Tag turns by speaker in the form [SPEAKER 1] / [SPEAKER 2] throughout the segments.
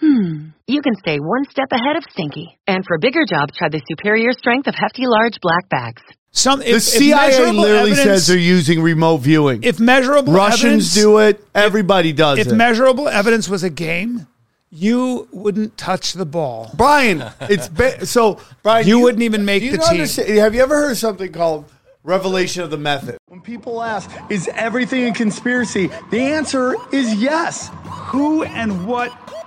[SPEAKER 1] hmm, you can stay one step ahead of stinky. And for bigger jobs, try the superior strength of Hefty Large Black Bags.
[SPEAKER 2] Some if,
[SPEAKER 3] The
[SPEAKER 2] if
[SPEAKER 3] CIA
[SPEAKER 2] measurable
[SPEAKER 3] literally
[SPEAKER 2] evidence-
[SPEAKER 3] says they're using remote viewing.
[SPEAKER 2] if measurable
[SPEAKER 3] Russians
[SPEAKER 2] evidence,
[SPEAKER 3] do it, everybody does
[SPEAKER 2] If
[SPEAKER 3] it.
[SPEAKER 2] measurable evidence was a game, you wouldn't touch the ball.
[SPEAKER 3] Brian, it's ba- so Brian.
[SPEAKER 2] You wouldn't even make
[SPEAKER 3] you
[SPEAKER 2] the
[SPEAKER 3] don't
[SPEAKER 2] team.
[SPEAKER 3] understand- Have you ever heard something called revelation of the method?
[SPEAKER 4] When people ask, is everything a conspiracy? The answer is yes.
[SPEAKER 5] who and what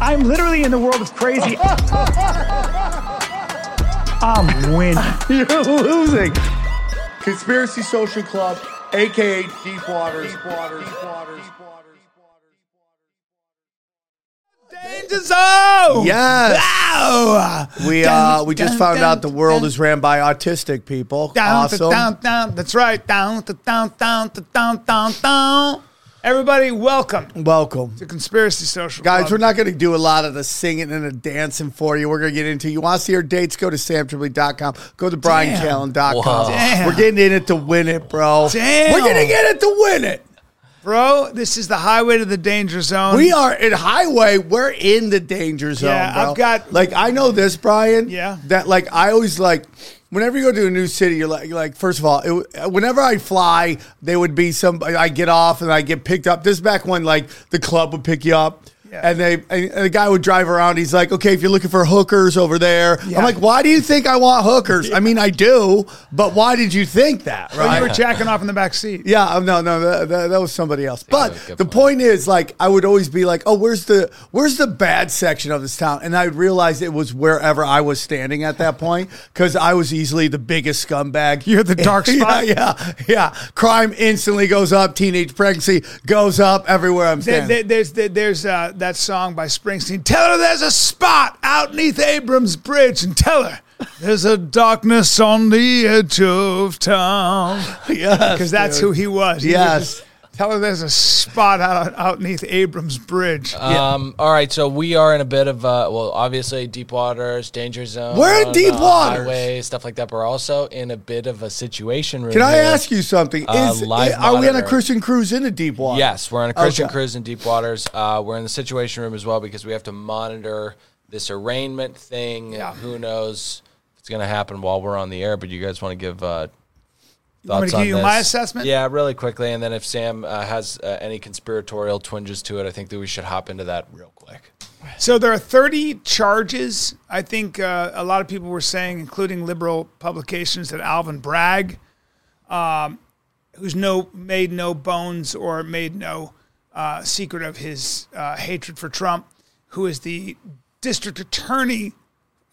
[SPEAKER 5] I'm literally in the world of crazy. I'm winning.
[SPEAKER 4] You're losing. Conspiracy Social Club, aka Deep Waters. Deep Waters. Deep Waters.
[SPEAKER 2] Danger zone.
[SPEAKER 3] Yes.
[SPEAKER 2] Wow.
[SPEAKER 3] We
[SPEAKER 2] Dun,
[SPEAKER 3] uh, we just
[SPEAKER 2] dun,
[SPEAKER 3] found
[SPEAKER 2] dun,
[SPEAKER 3] out the world
[SPEAKER 2] dun,
[SPEAKER 3] is ran by autistic people.
[SPEAKER 2] down,
[SPEAKER 3] awesome.
[SPEAKER 2] down, down. That's right. Down, da, down, down, da, down, down, down. Everybody, welcome
[SPEAKER 3] Welcome.
[SPEAKER 2] to Conspiracy Social.
[SPEAKER 3] Guys,
[SPEAKER 2] Club.
[SPEAKER 3] we're not going to do a lot of the singing and the dancing for you. We're going to get into you. Want to see our dates? Go to samtribly.com. Go to
[SPEAKER 6] Wow.
[SPEAKER 3] briancallen.com.
[SPEAKER 2] Damn.
[SPEAKER 3] We're getting in it to win it, bro.
[SPEAKER 2] Damn.
[SPEAKER 3] We're going to get it to win it.
[SPEAKER 2] bro. This is the highway to the danger zone.
[SPEAKER 3] We are in highway. We're in the danger zone.
[SPEAKER 2] Yeah,
[SPEAKER 3] bro.
[SPEAKER 2] I've got-
[SPEAKER 3] like I know this, Brian.
[SPEAKER 2] Yeah.
[SPEAKER 3] that like I always like. Whenever you go to a new city, you're like, you're like first of all, it, whenever I fly, they would be some. I get off and I get picked up. This is back when like the club would pick you up.
[SPEAKER 2] Yeah.
[SPEAKER 3] And they and the guy would drive around. He's like, "Okay, if you're looking for hookers over there,"
[SPEAKER 2] Yeah.
[SPEAKER 3] I'm like, "Why do you think I want hookers? I mean, I do, but why did you think that?"
[SPEAKER 2] When
[SPEAKER 3] Right?
[SPEAKER 2] you were jacking off in the back seat.
[SPEAKER 3] Yeah, um, no, no, that, that, that was somebody else. But
[SPEAKER 6] good
[SPEAKER 3] the point is, like, I would always be like, "Oh, where's the where's the bad section of this town?" And I realized it was wherever I was standing at that point because I was easily the biggest scumbag.
[SPEAKER 2] You're the dark spot.
[SPEAKER 3] Yeah, yeah, yeah. Crime instantly goes up. Teenage pregnancy goes up everywhere I'm
[SPEAKER 2] There,
[SPEAKER 3] standing.
[SPEAKER 2] there- there's there, there's uh, that song by Springsteen. Tell her there's a spot outneath Abrams Bridge, and tell her there's a darkness on the edge of town.
[SPEAKER 3] yes,
[SPEAKER 2] Because that's
[SPEAKER 3] dude.
[SPEAKER 2] who he was. He was
[SPEAKER 3] Yes.
[SPEAKER 2] just- tell her there's a spot out outneath Abrams Bridge.
[SPEAKER 3] Uh,
[SPEAKER 6] Um, all right, so we are in a bit of uh, well, obviously deep waters, danger zone.
[SPEAKER 3] We're in deep
[SPEAKER 6] uh,
[SPEAKER 3] waters.
[SPEAKER 6] highway, stuff like that. But we're also in a bit of a situation room.
[SPEAKER 3] Can I
[SPEAKER 6] here.
[SPEAKER 3] ask you something?
[SPEAKER 6] Uh,
[SPEAKER 3] Is
[SPEAKER 6] live
[SPEAKER 3] are we on a
[SPEAKER 6] monitor.
[SPEAKER 3] Christian cruise into deep water?
[SPEAKER 6] Yes, we're on a Christian
[SPEAKER 3] Okay.
[SPEAKER 6] cruise in deep waters. Uh, we're in the situation room as well because we have to monitor this arraignment thing.
[SPEAKER 2] Yeah.
[SPEAKER 6] Who knows if it's going to happen while we're on the air? But you guys want to give uh,
[SPEAKER 2] want me
[SPEAKER 6] thoughts
[SPEAKER 2] to
[SPEAKER 6] on
[SPEAKER 2] give you
[SPEAKER 6] this?
[SPEAKER 2] my assessment?
[SPEAKER 6] Yeah, really quickly, and then if Sam uh, has uh, any conspiratorial twinges to it, I think that we should hop into that real quick.
[SPEAKER 2] So there are 30 charges. I think uh, a lot of people were saying, including liberal publications, that Alvin Bragg, um, who's no made no bones or made no uh, secret of his uh, hatred for Trump, who is the district attorney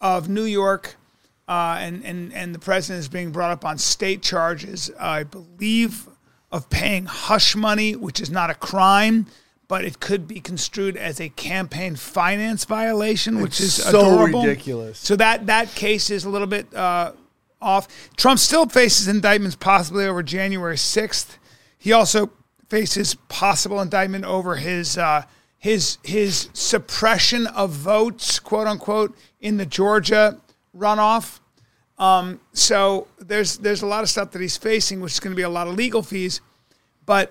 [SPEAKER 2] of New York, uh, and and and the president is being brought up on state charges, I believe, of paying hush money, which is not a crime, but it could be construed as a campaign finance violation, which
[SPEAKER 3] It's
[SPEAKER 2] is
[SPEAKER 3] so
[SPEAKER 2] adorable.
[SPEAKER 3] ridiculous.
[SPEAKER 2] So that that case is a little bit uh, off. Trump still faces indictments possibly over January sixth. He also faces possible indictment over his uh, his his suppression of votes, quote unquote, in the Georgia runoff. Um, so there's there's a lot of stuff that he's facing, which is going to be a lot of legal fees. But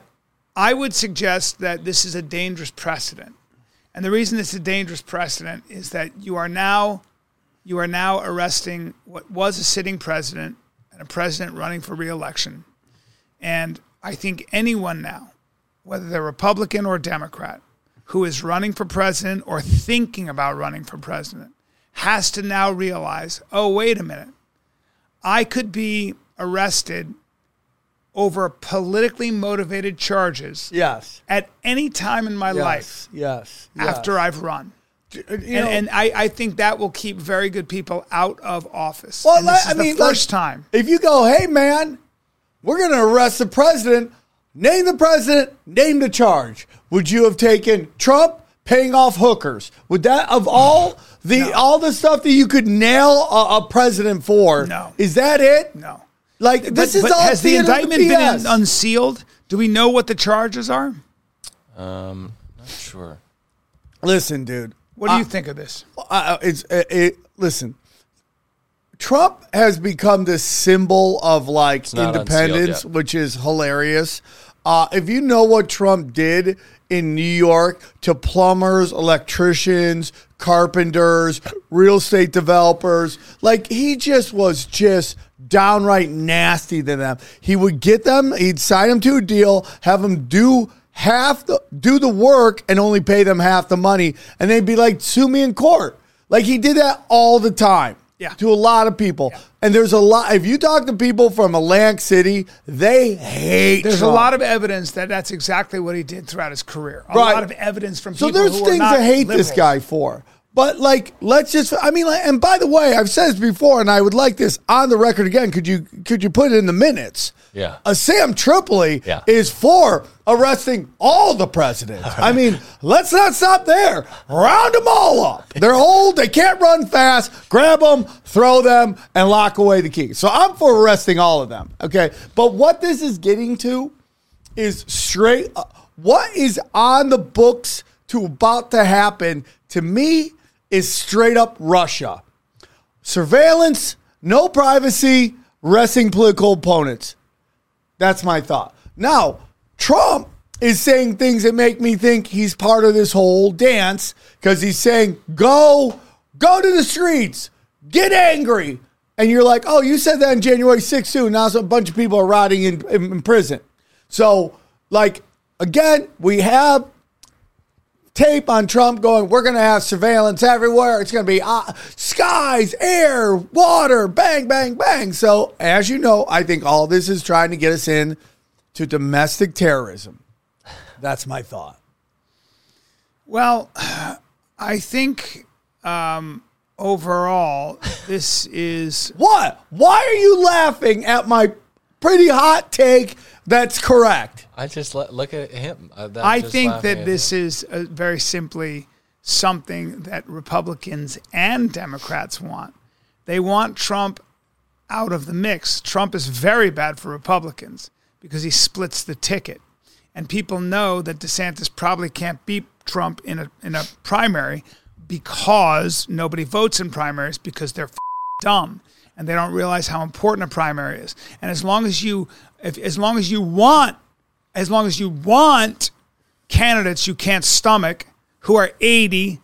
[SPEAKER 2] I would suggest that this is a dangerous precedent, and the reason it's a dangerous precedent is that you are now you are now arresting what was a sitting president and a president running for reelection. And I think anyone now, whether they're Republican or Democrat, who is running for president or thinking about running for president, has to now realize oh, wait a minute. I could be arrested over politically motivated charges
[SPEAKER 7] Yes.
[SPEAKER 2] at any time in my life
[SPEAKER 7] Yes. Yes.
[SPEAKER 2] after I've run.
[SPEAKER 7] and,
[SPEAKER 2] and and I, I think that will keep very good people out of office.
[SPEAKER 7] Well,
[SPEAKER 2] And this
[SPEAKER 7] I-
[SPEAKER 2] is
[SPEAKER 7] I mean,
[SPEAKER 2] the first
[SPEAKER 7] like,
[SPEAKER 2] time.
[SPEAKER 7] If you go, hey man, we're gonna arrest the president. Name the president. Name the charge. Would you have taken Trump paying off hookers? Would that of all the all the stuff that you could nail a, a president for?
[SPEAKER 2] No.
[SPEAKER 7] is that it?
[SPEAKER 2] No.
[SPEAKER 7] Like this is
[SPEAKER 2] but
[SPEAKER 7] all
[SPEAKER 2] has the
[SPEAKER 7] theater of
[SPEAKER 2] indictment been
[SPEAKER 7] BS.
[SPEAKER 2] un- unsealed? Do we know what the charges are?
[SPEAKER 6] Um, not sure.
[SPEAKER 7] Listen, dude.
[SPEAKER 2] What do you think of this?
[SPEAKER 7] I, I- it's it, it. Listen, Trump has become the symbol of like
[SPEAKER 6] not
[SPEAKER 7] independence,
[SPEAKER 6] unsealed yet.
[SPEAKER 7] which is hilarious. Uh, if you know what Trump did in New York to plumbers, electricians, carpenters, real estate developers, like he just was just downright nasty to them. He would get them, he'd sign them to a deal, have them do half the do the work and only pay them half the money, and they'd be like, sue me in court. Like he did that all the time
[SPEAKER 2] Yeah.
[SPEAKER 7] to a lot of people. And there's a lot. If you talk to people from Atlantic City, they hate.
[SPEAKER 2] There's
[SPEAKER 7] Trump.
[SPEAKER 2] a lot of evidence that that's exactly what he did throughout his career. A
[SPEAKER 7] Right.
[SPEAKER 2] lot of evidence from
[SPEAKER 7] So
[SPEAKER 2] people
[SPEAKER 7] there's
[SPEAKER 2] who are
[SPEAKER 7] things
[SPEAKER 2] not
[SPEAKER 7] I hate this
[SPEAKER 2] liberals.
[SPEAKER 7] guy for. But like, let's just. I mean, like, and by the way, I've said this before, and I would like this on the record again. Could you could you put it in the minutes?
[SPEAKER 6] Yeah.
[SPEAKER 7] A Sam Tripoli
[SPEAKER 6] Yeah.
[SPEAKER 7] is for arresting all the presidents. I mean, let's not stop there. Round them all up. They're old. They can't run fast. Grab them, throw them, and lock away the key. So I'm for arresting all of them. Okay. But what this is getting to is straight uh, what is on the books to about to happen to me is straight up Russia. Surveillance, no privacy, wrestling political opponents. That's my thought. Now, Trump is saying things that make me think he's part of this whole dance because he's saying, go, go to the streets, get angry. And you're like, oh, you said that on January 6th, too. Now a bunch of people are rotting in, in, in prison. So, like, again, we have tape on Trump going, we're going to have surveillance everywhere. It's going to be uh, skies, air, water, bang, bang, bang. So, as you know, I think all this is trying to get us in to domestic terrorism. That's my thought.
[SPEAKER 2] Well, I think um, overall this is
[SPEAKER 7] What? Why are you laughing at my pretty hot take that's correct?
[SPEAKER 6] I just let, look at him. Uh, that-
[SPEAKER 2] I
[SPEAKER 6] just
[SPEAKER 2] think
[SPEAKER 6] laughing
[SPEAKER 2] that
[SPEAKER 6] at
[SPEAKER 2] this is uh very simply something that Republicans and Democrats want. They want Trump out of the mix. Trump is very bad for Republicans because he splits the ticket. And people know that DeSantis probably can't beat Trump in a, in a primary because nobody votes in primaries because they're dumb and they don't realize how important a primary is. And as long as you, if, as long as you want, as long as you want candidates you can't stomach who are 80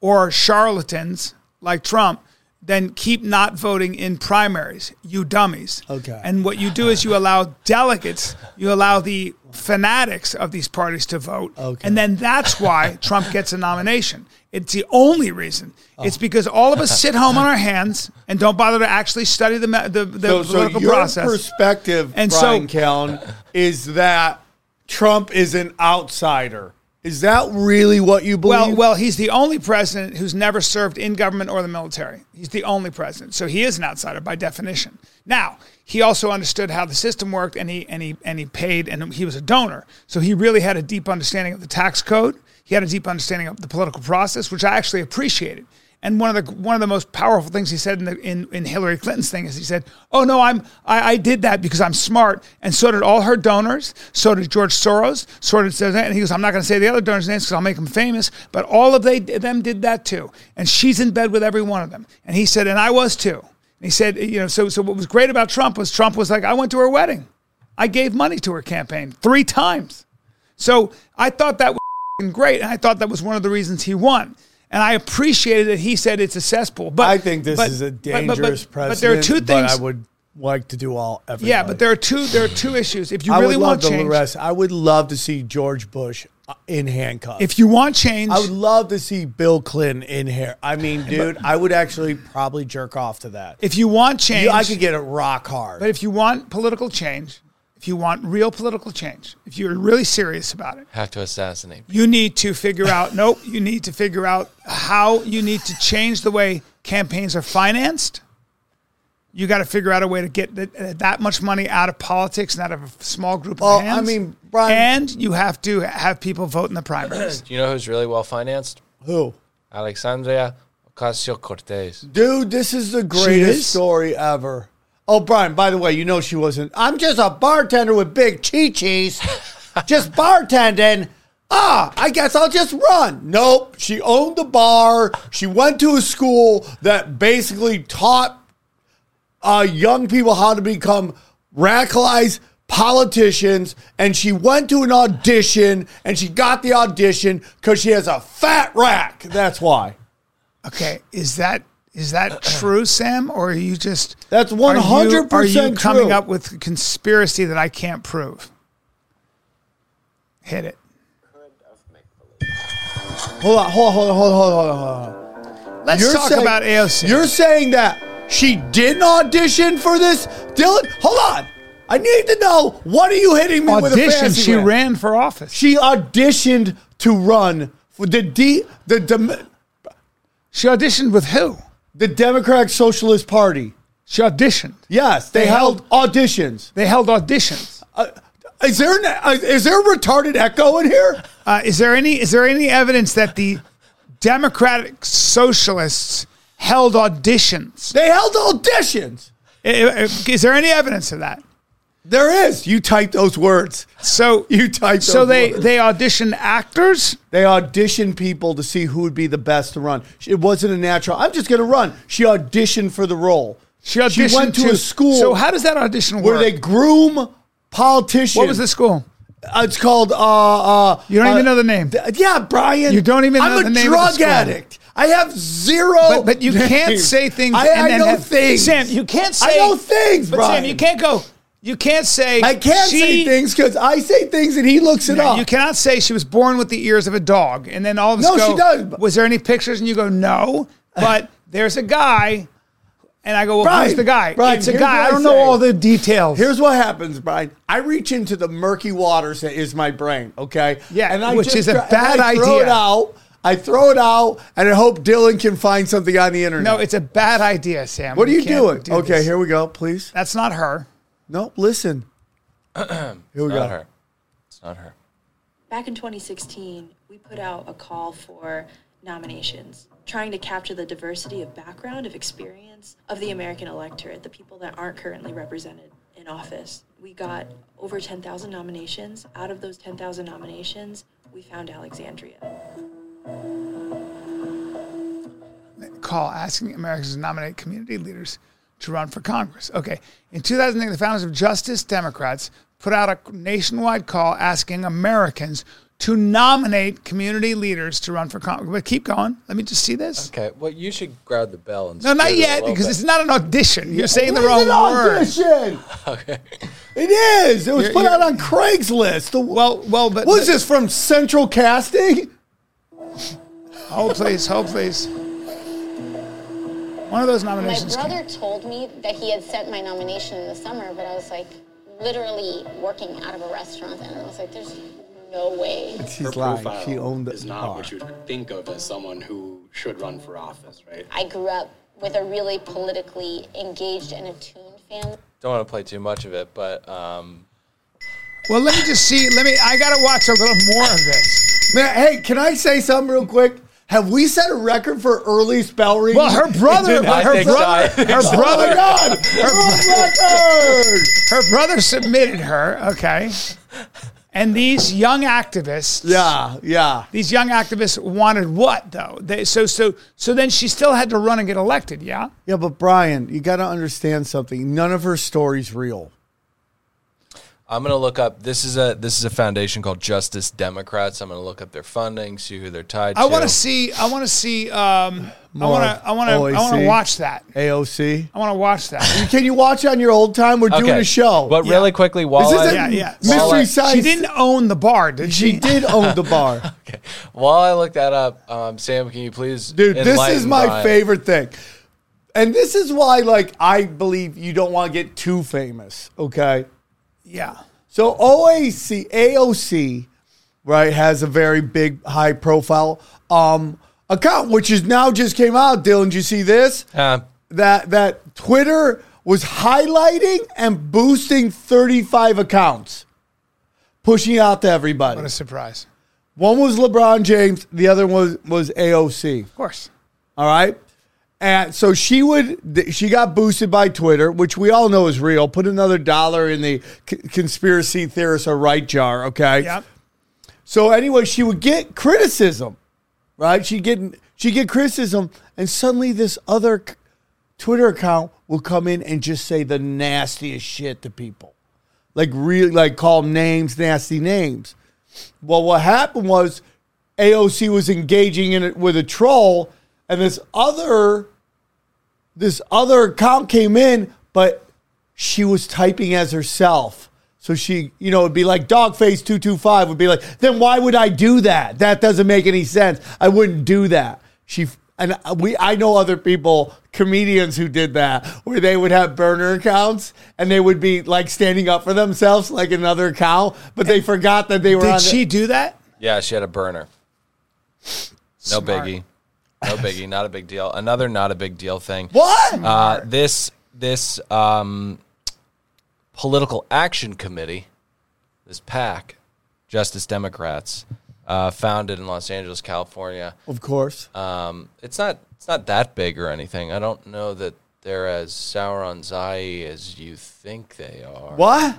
[SPEAKER 2] or charlatans like Trump, then keep not voting in primaries, you dummies.
[SPEAKER 7] Okay.
[SPEAKER 2] And what you do is you allow delegates, you allow the fanatics of these parties to vote.
[SPEAKER 7] Okay.
[SPEAKER 2] And then that's why Trump gets a nomination. It's the only reason.
[SPEAKER 7] Oh.
[SPEAKER 2] It's because all of us sit home on our hands and don't bother to actually study the, me- the, the
[SPEAKER 7] So, so
[SPEAKER 2] political
[SPEAKER 7] your
[SPEAKER 2] process.
[SPEAKER 7] perspective,
[SPEAKER 2] And so-
[SPEAKER 7] Brian Callen, is that Trump is an outsider. Is that really what you believe?
[SPEAKER 2] Well, well, he's the only president who's never served in government or the military. He's the only president, so he is an outsider by definition. Now, he also understood how the system worked, and he and he and he paid, and he was a donor, so he really had a deep understanding of the tax code. He had a deep understanding of the political process, which I actually appreciated. And one of the one of the most powerful things he said in the, in, in Hillary Clinton's thing is he said, "Oh no, I'm I, I did that because I'm smart, and so did all her donors. So did George Soros. So did and he goes, I'm not going to say the other donors' names because I'll make them famous, but all of they them did that too. And she's in bed with every one of them. And he said, and I was too. And he said, you know, so so what was great about Trump was Trump was like, I went to her wedding, I gave money to her campaign three times. So I thought that was f***ing great, and I thought that was one of the reasons he won. And I appreciated that he said it's a cesspool. But
[SPEAKER 7] I think this
[SPEAKER 2] but-
[SPEAKER 7] is a
[SPEAKER 2] but- but- but-
[SPEAKER 7] dangerous
[SPEAKER 2] but,
[SPEAKER 7] precedent.
[SPEAKER 2] there are two things.
[SPEAKER 7] I would like to do all everything.
[SPEAKER 2] yeah, but there are two. There are two issues. If you
[SPEAKER 7] I
[SPEAKER 2] really
[SPEAKER 7] would
[SPEAKER 2] want
[SPEAKER 7] love to
[SPEAKER 2] change,
[SPEAKER 7] arrest. I would love to see George Bush uh, in handcuffs.
[SPEAKER 2] if you want change,
[SPEAKER 7] I would love to see Bill Clinton in here. I mean, dude, I would actually probably jerk off to that.
[SPEAKER 2] if you want change,
[SPEAKER 7] You- I could get it rock hard.
[SPEAKER 2] But if you want political change, if you want real political change, if you're really serious about it,
[SPEAKER 6] Have to assassinate.
[SPEAKER 2] you need to figure out nope you need to figure out how you need to change the way campaigns are financed you got to figure out a way to get that, that much money out of politics and out of a small group of
[SPEAKER 7] Well, I
[SPEAKER 2] hands.
[SPEAKER 7] mean, Brian-
[SPEAKER 2] and you have to have people vote in the primaries.
[SPEAKER 6] Do you know who's really well financed?
[SPEAKER 7] Who?
[SPEAKER 6] Alexandria Ocasio Cortez.
[SPEAKER 7] Dude, this is the
[SPEAKER 2] is?
[SPEAKER 7] greatest story ever. Oh, Brian, by the way, you know she wasn't. I'm just a bartender with big chi-chis. just bartending. Ah, I guess I'll just run. Nope. She owned the bar. She went to a school that basically taught uh, young people how to become radicalized politicians. And she went to an audition and she got the audition because she has a fat rack. That's why.
[SPEAKER 2] Okay, is that is that true, Sam, or are you just
[SPEAKER 7] That's
[SPEAKER 2] are you-
[SPEAKER 7] 100%
[SPEAKER 2] Are you coming
[SPEAKER 7] true.
[SPEAKER 2] up with a conspiracy that I can't prove? Hit it.
[SPEAKER 7] Hold on, hold on, hold on, hold on, hold on, hold on. Hold on.
[SPEAKER 2] Let's talk about AOC.
[SPEAKER 7] You're saying that she didn't audition for this, Dylan? Hold on. I need to know what are you hitting me with a
[SPEAKER 2] audition.
[SPEAKER 7] fantasy
[SPEAKER 2] She
[SPEAKER 7] with?
[SPEAKER 2] ran for office.
[SPEAKER 7] She auditioned to run for the D, the Dem-
[SPEAKER 2] She auditioned with who?
[SPEAKER 7] the Democratic Socialist Party.
[SPEAKER 2] She auditioned.
[SPEAKER 7] Yes, they,
[SPEAKER 2] They
[SPEAKER 7] held, auditions.
[SPEAKER 2] They held auditions.
[SPEAKER 7] Uh, is there an, uh, is there a retarded echo in here?
[SPEAKER 2] Uh, is there any is there any evidence that the Democratic Socialists held auditions?
[SPEAKER 7] They held auditions.
[SPEAKER 2] I- I- Is there any evidence of that?
[SPEAKER 7] There is. You typed those words.
[SPEAKER 2] So
[SPEAKER 7] You typed.
[SPEAKER 2] so
[SPEAKER 7] those
[SPEAKER 2] they
[SPEAKER 7] words.
[SPEAKER 2] they auditioned actors.
[SPEAKER 7] They auditioned people to see who would be the best to run. It wasn't a natural. I'm just going to run. She auditioned for the role.
[SPEAKER 2] She auditioned
[SPEAKER 7] went to a school
[SPEAKER 2] So how does that audition
[SPEAKER 7] where
[SPEAKER 2] work?
[SPEAKER 7] they groom politicians.
[SPEAKER 2] what was the school?
[SPEAKER 7] Uh, It's called. Uh, uh,
[SPEAKER 2] You don't
[SPEAKER 7] uh,
[SPEAKER 2] even know the name.
[SPEAKER 7] th- yeah, Brian.
[SPEAKER 2] You don't even
[SPEAKER 7] I'm
[SPEAKER 2] know
[SPEAKER 7] a
[SPEAKER 2] the name of the
[SPEAKER 7] drug
[SPEAKER 2] school.
[SPEAKER 7] addict. I have zero.
[SPEAKER 2] But, but you can't
[SPEAKER 7] names.
[SPEAKER 2] say things.
[SPEAKER 7] Oh. I, I
[SPEAKER 2] then
[SPEAKER 7] know
[SPEAKER 2] have-
[SPEAKER 7] things.
[SPEAKER 2] Sam, you can't say.
[SPEAKER 7] I know things,
[SPEAKER 2] But
[SPEAKER 7] Brian.
[SPEAKER 2] Sam, you can't go. You can't say.
[SPEAKER 7] I can't say
[SPEAKER 2] she-
[SPEAKER 7] things because I say things and he looks it
[SPEAKER 2] No,
[SPEAKER 7] up.
[SPEAKER 2] you cannot say she was born with the ears of a dog, and then all of a
[SPEAKER 7] No,
[SPEAKER 2] sudden,
[SPEAKER 7] she does.
[SPEAKER 2] Was there any pictures? And you go, no. But there's a guy, and I go, well,
[SPEAKER 7] Brian,
[SPEAKER 2] who's the guy?
[SPEAKER 7] Brian,
[SPEAKER 2] it's a
[SPEAKER 7] here's
[SPEAKER 2] guy.
[SPEAKER 7] what
[SPEAKER 2] I
[SPEAKER 7] I
[SPEAKER 2] don't know
[SPEAKER 7] say.
[SPEAKER 2] all the details.
[SPEAKER 7] Here's what happens, Brian. I reach into the murky waters that is my brain. Okay.
[SPEAKER 2] Yeah,
[SPEAKER 7] and I
[SPEAKER 2] which
[SPEAKER 7] just
[SPEAKER 2] is a
[SPEAKER 7] try- and
[SPEAKER 2] bad
[SPEAKER 7] I Throw
[SPEAKER 2] idea.
[SPEAKER 7] it out. I throw it out, and I hope Dylan can find something on the internet.
[SPEAKER 2] no, it's a bad idea, Sam.
[SPEAKER 7] what are
[SPEAKER 2] We
[SPEAKER 7] you
[SPEAKER 2] can't
[SPEAKER 7] doing?
[SPEAKER 2] do
[SPEAKER 7] okay,
[SPEAKER 2] this.
[SPEAKER 7] here we go. Please.
[SPEAKER 2] That's not her.
[SPEAKER 7] No, listen. here we
[SPEAKER 6] Not
[SPEAKER 7] go.
[SPEAKER 6] her. It's not her.
[SPEAKER 8] Back in 2016, we put out a call for nominations, trying to capture the diversity of background, of experience of the American electorate, the people that aren't currently represented in office. We got over 10,000 nominations. Out of those 10,000 nominations, we found Alexandria.
[SPEAKER 2] call asking Americans to nominate community leaders to run for Congress. Okay. In 2008, the founders of Justice Democrats put out a nationwide call asking Americans to nominate community leaders to run for Congress. But keep going. Let me just see this.
[SPEAKER 6] Okay, well, you should grab the bell and.
[SPEAKER 2] No, not
[SPEAKER 6] scoot it a
[SPEAKER 2] yet,
[SPEAKER 6] little
[SPEAKER 2] because
[SPEAKER 6] bit.
[SPEAKER 2] it's not an audition. You're saying the
[SPEAKER 7] It is
[SPEAKER 2] wrong
[SPEAKER 7] an
[SPEAKER 2] word.
[SPEAKER 7] audition. It is. It was
[SPEAKER 2] You're-
[SPEAKER 7] put
[SPEAKER 2] you're-
[SPEAKER 7] out on Craigslist. The,
[SPEAKER 2] Well, well, but
[SPEAKER 7] was this from Central Casting?
[SPEAKER 2] Hold, please. Hold, please. One of those
[SPEAKER 9] My
[SPEAKER 2] nominations.
[SPEAKER 9] brother
[SPEAKER 2] Came.
[SPEAKER 9] told me that he had sent my nomination in the summer, but I was like literally working out of a restaurant, and I was like, there's no way.
[SPEAKER 7] She's
[SPEAKER 10] her
[SPEAKER 7] lying.
[SPEAKER 10] profile
[SPEAKER 7] She owned the
[SPEAKER 10] is not
[SPEAKER 7] car.
[SPEAKER 10] what you would think of as someone who should run for office, right?
[SPEAKER 9] I grew up with a really politically engaged and attuned family.
[SPEAKER 6] Don't want to play too much of it, but um,
[SPEAKER 2] Well, let me just see. Let me. I gotta watch a little more of this.
[SPEAKER 7] Man, hey, can I say something real quick? Have we set a record for early spell reading?
[SPEAKER 2] Well, her brother,
[SPEAKER 6] I
[SPEAKER 2] her
[SPEAKER 6] think so. I
[SPEAKER 2] brother,
[SPEAKER 6] think
[SPEAKER 2] her
[SPEAKER 6] so.
[SPEAKER 7] Oh my
[SPEAKER 2] brother
[SPEAKER 7] God! World record!
[SPEAKER 2] her brother submitted her, okay? And these young activists,
[SPEAKER 7] Yeah, yeah.
[SPEAKER 2] these young activists wanted what though? They, so so so then she still had to run and get elected, yeah?
[SPEAKER 7] Yeah, but Brian, you got to understand something. None of her stories real.
[SPEAKER 6] I'm gonna look up. This is a this is a foundation called Justice Democrats. I'm gonna look up their funding, see who they're tied
[SPEAKER 2] I
[SPEAKER 6] to.
[SPEAKER 2] want to see I want to see um I
[SPEAKER 7] More
[SPEAKER 2] want to I want to I want
[SPEAKER 7] OAC.
[SPEAKER 2] to watch that.
[SPEAKER 7] AOC.
[SPEAKER 2] I want to watch that.
[SPEAKER 7] Can you watch on your old time? We're doing a show.
[SPEAKER 6] But really quickly, while
[SPEAKER 7] This
[SPEAKER 6] I,
[SPEAKER 7] isn't
[SPEAKER 2] yeah, yeah.
[SPEAKER 6] While I-
[SPEAKER 7] Mystery Science.
[SPEAKER 2] she didn't own the bar, did she?
[SPEAKER 7] She did own the bar,
[SPEAKER 6] while I look that up, um, Sam, can you please?
[SPEAKER 7] dude. This is
[SPEAKER 6] enlighten
[SPEAKER 7] my
[SPEAKER 6] Brian?
[SPEAKER 7] favorite thing, and this is why, like, I believe you don't want to get too famous. Okay,
[SPEAKER 2] Yeah.
[SPEAKER 7] So OAC, AOC, right, has a very big, high profile um, account, which is now just came out. Dylan, did you see this?
[SPEAKER 6] Uh,
[SPEAKER 7] that that Twitter was highlighting and boosting 35 accounts, pushing out to everybody.
[SPEAKER 2] What a surprise.
[SPEAKER 7] One was LeBron James, the other one was, was AOC.
[SPEAKER 2] Of course.
[SPEAKER 7] All right. And so she would, th- she got boosted by Twitter, which we all know is real. Put another dollar in the c- conspiracy theorists are right jar. Okay.
[SPEAKER 2] Yep.
[SPEAKER 7] So anyway, she would get criticism, right? She get she get criticism, and suddenly this other c- Twitter account will come in and just say the nastiest shit to people, like really like call names, nasty names. Well, what happened was AOC was engaging in it with a troll, and this other this other account came in, but she was typing as herself. So she, you know, it'd be like Dogface two two five would be like, then why would I do that? That doesn't make any sense. I wouldn't do that. She and we, I know other people, comedians who did that, where they would have burner accounts and they would be like standing up for themselves, like another account, but they forgot that they were. on
[SPEAKER 2] Did
[SPEAKER 7] the-
[SPEAKER 2] she do that?
[SPEAKER 6] yeah, she had a burner. No biggie. No biggie. Not a big deal. Another not a big deal thing.
[SPEAKER 7] what?
[SPEAKER 6] Uh, this this um, political action committee, this PAC, Justice Democrats, uh, founded in Los Angeles, California.
[SPEAKER 7] of course.
[SPEAKER 6] Um, it's not it's not that big or anything. I don't know that they're as Sauron's eye as you think they are.
[SPEAKER 7] what?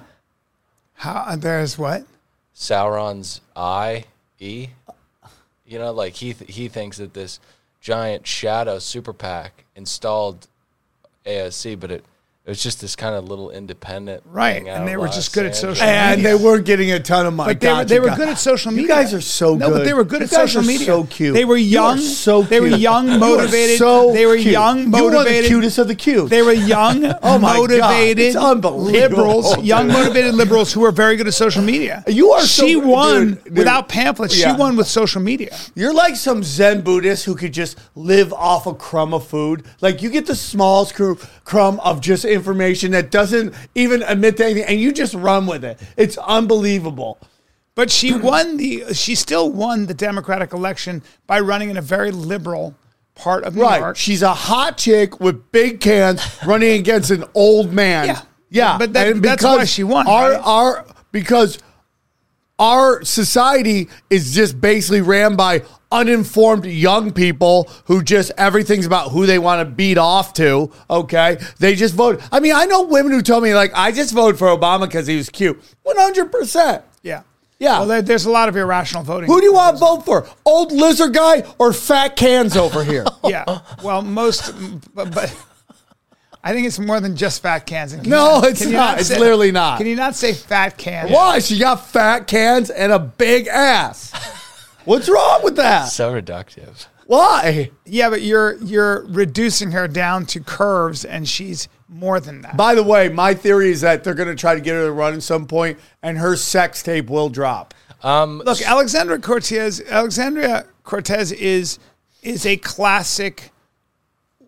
[SPEAKER 2] How uh, there's what?
[SPEAKER 6] Sauron's eye e. You know, like he th- he thinks that this giant shadow super PAC installed AOC, but it it was just this kind of little independent
[SPEAKER 2] Right,
[SPEAKER 6] thing out
[SPEAKER 2] and they
[SPEAKER 6] of
[SPEAKER 2] were
[SPEAKER 6] Los
[SPEAKER 2] just good at
[SPEAKER 6] Angeles.
[SPEAKER 2] social
[SPEAKER 7] And they weren't getting a ton of money.
[SPEAKER 2] But they were,
[SPEAKER 7] Gotcha,
[SPEAKER 2] they were
[SPEAKER 7] gotcha.
[SPEAKER 2] good at social media.
[SPEAKER 7] You guys are so
[SPEAKER 2] no,
[SPEAKER 7] good.
[SPEAKER 2] but they were good
[SPEAKER 7] You
[SPEAKER 2] at
[SPEAKER 7] guys
[SPEAKER 2] social
[SPEAKER 7] are
[SPEAKER 2] media.
[SPEAKER 7] So cute.
[SPEAKER 2] They were
[SPEAKER 7] You are
[SPEAKER 2] young.
[SPEAKER 7] so
[SPEAKER 2] They were
[SPEAKER 7] cute. You
[SPEAKER 2] young,
[SPEAKER 7] are
[SPEAKER 2] motivated.
[SPEAKER 7] so
[SPEAKER 2] they were
[SPEAKER 7] cute.
[SPEAKER 2] young,
[SPEAKER 7] You are the
[SPEAKER 2] motivated.
[SPEAKER 7] cutest of the cute.
[SPEAKER 2] They were young,
[SPEAKER 7] Oh my God,
[SPEAKER 2] motivated
[SPEAKER 7] it's unbelievable.
[SPEAKER 2] liberals, young, motivated liberals who were very good at social media.
[SPEAKER 7] You are so
[SPEAKER 2] She
[SPEAKER 7] good,
[SPEAKER 2] won
[SPEAKER 7] dude, dude.
[SPEAKER 2] without pamphlets.
[SPEAKER 7] Yeah.
[SPEAKER 2] She won with social media.
[SPEAKER 7] You're like some Zen Buddhist who could just live off a crumb of food. Like you get the smallest cr- crumb of just information that doesn't even admit to anything, and you just run with it. It's unbelievable.
[SPEAKER 2] But she won the. She still won the Democratic election by running in a very liberal part of New
[SPEAKER 7] Right.
[SPEAKER 2] York.
[SPEAKER 7] She's a hot chick with big cans running against an old man.
[SPEAKER 2] Yeah.
[SPEAKER 7] Yeah.
[SPEAKER 2] But that-
[SPEAKER 7] And
[SPEAKER 2] that's why
[SPEAKER 7] because
[SPEAKER 2] she won,
[SPEAKER 7] Our
[SPEAKER 2] right?
[SPEAKER 7] our because our society is just basically ran by uninformed young people who just everything's about who they want to beat off to. Okay. They just vote. I mean, I know women who told me, like, I just voted for Obama because he was cute. 100%.
[SPEAKER 2] yeah.
[SPEAKER 7] Yeah.
[SPEAKER 2] Well, there, there's a lot of irrational voting.
[SPEAKER 7] Who do you want to vote for? Old lizard guy or fat cans over here?
[SPEAKER 2] yeah.
[SPEAKER 7] Uh-huh.
[SPEAKER 2] Well, most, but, but I think it's more than just fat cans. And can
[SPEAKER 7] No,
[SPEAKER 2] you
[SPEAKER 7] it's not. It's literally not.
[SPEAKER 2] Can you not say fat cans?
[SPEAKER 7] Why? She got fat cans and a big ass. What's wrong with that?
[SPEAKER 6] So reductive.
[SPEAKER 7] Why?
[SPEAKER 2] Yeah, but you're you're reducing her down to curves, and she's more than that.
[SPEAKER 7] By the way, my theory is that they're going to try to get her to run at some point, and her sex tape will drop.
[SPEAKER 2] Look, Alexandra Cortez. Alexandria Cortez is is a classic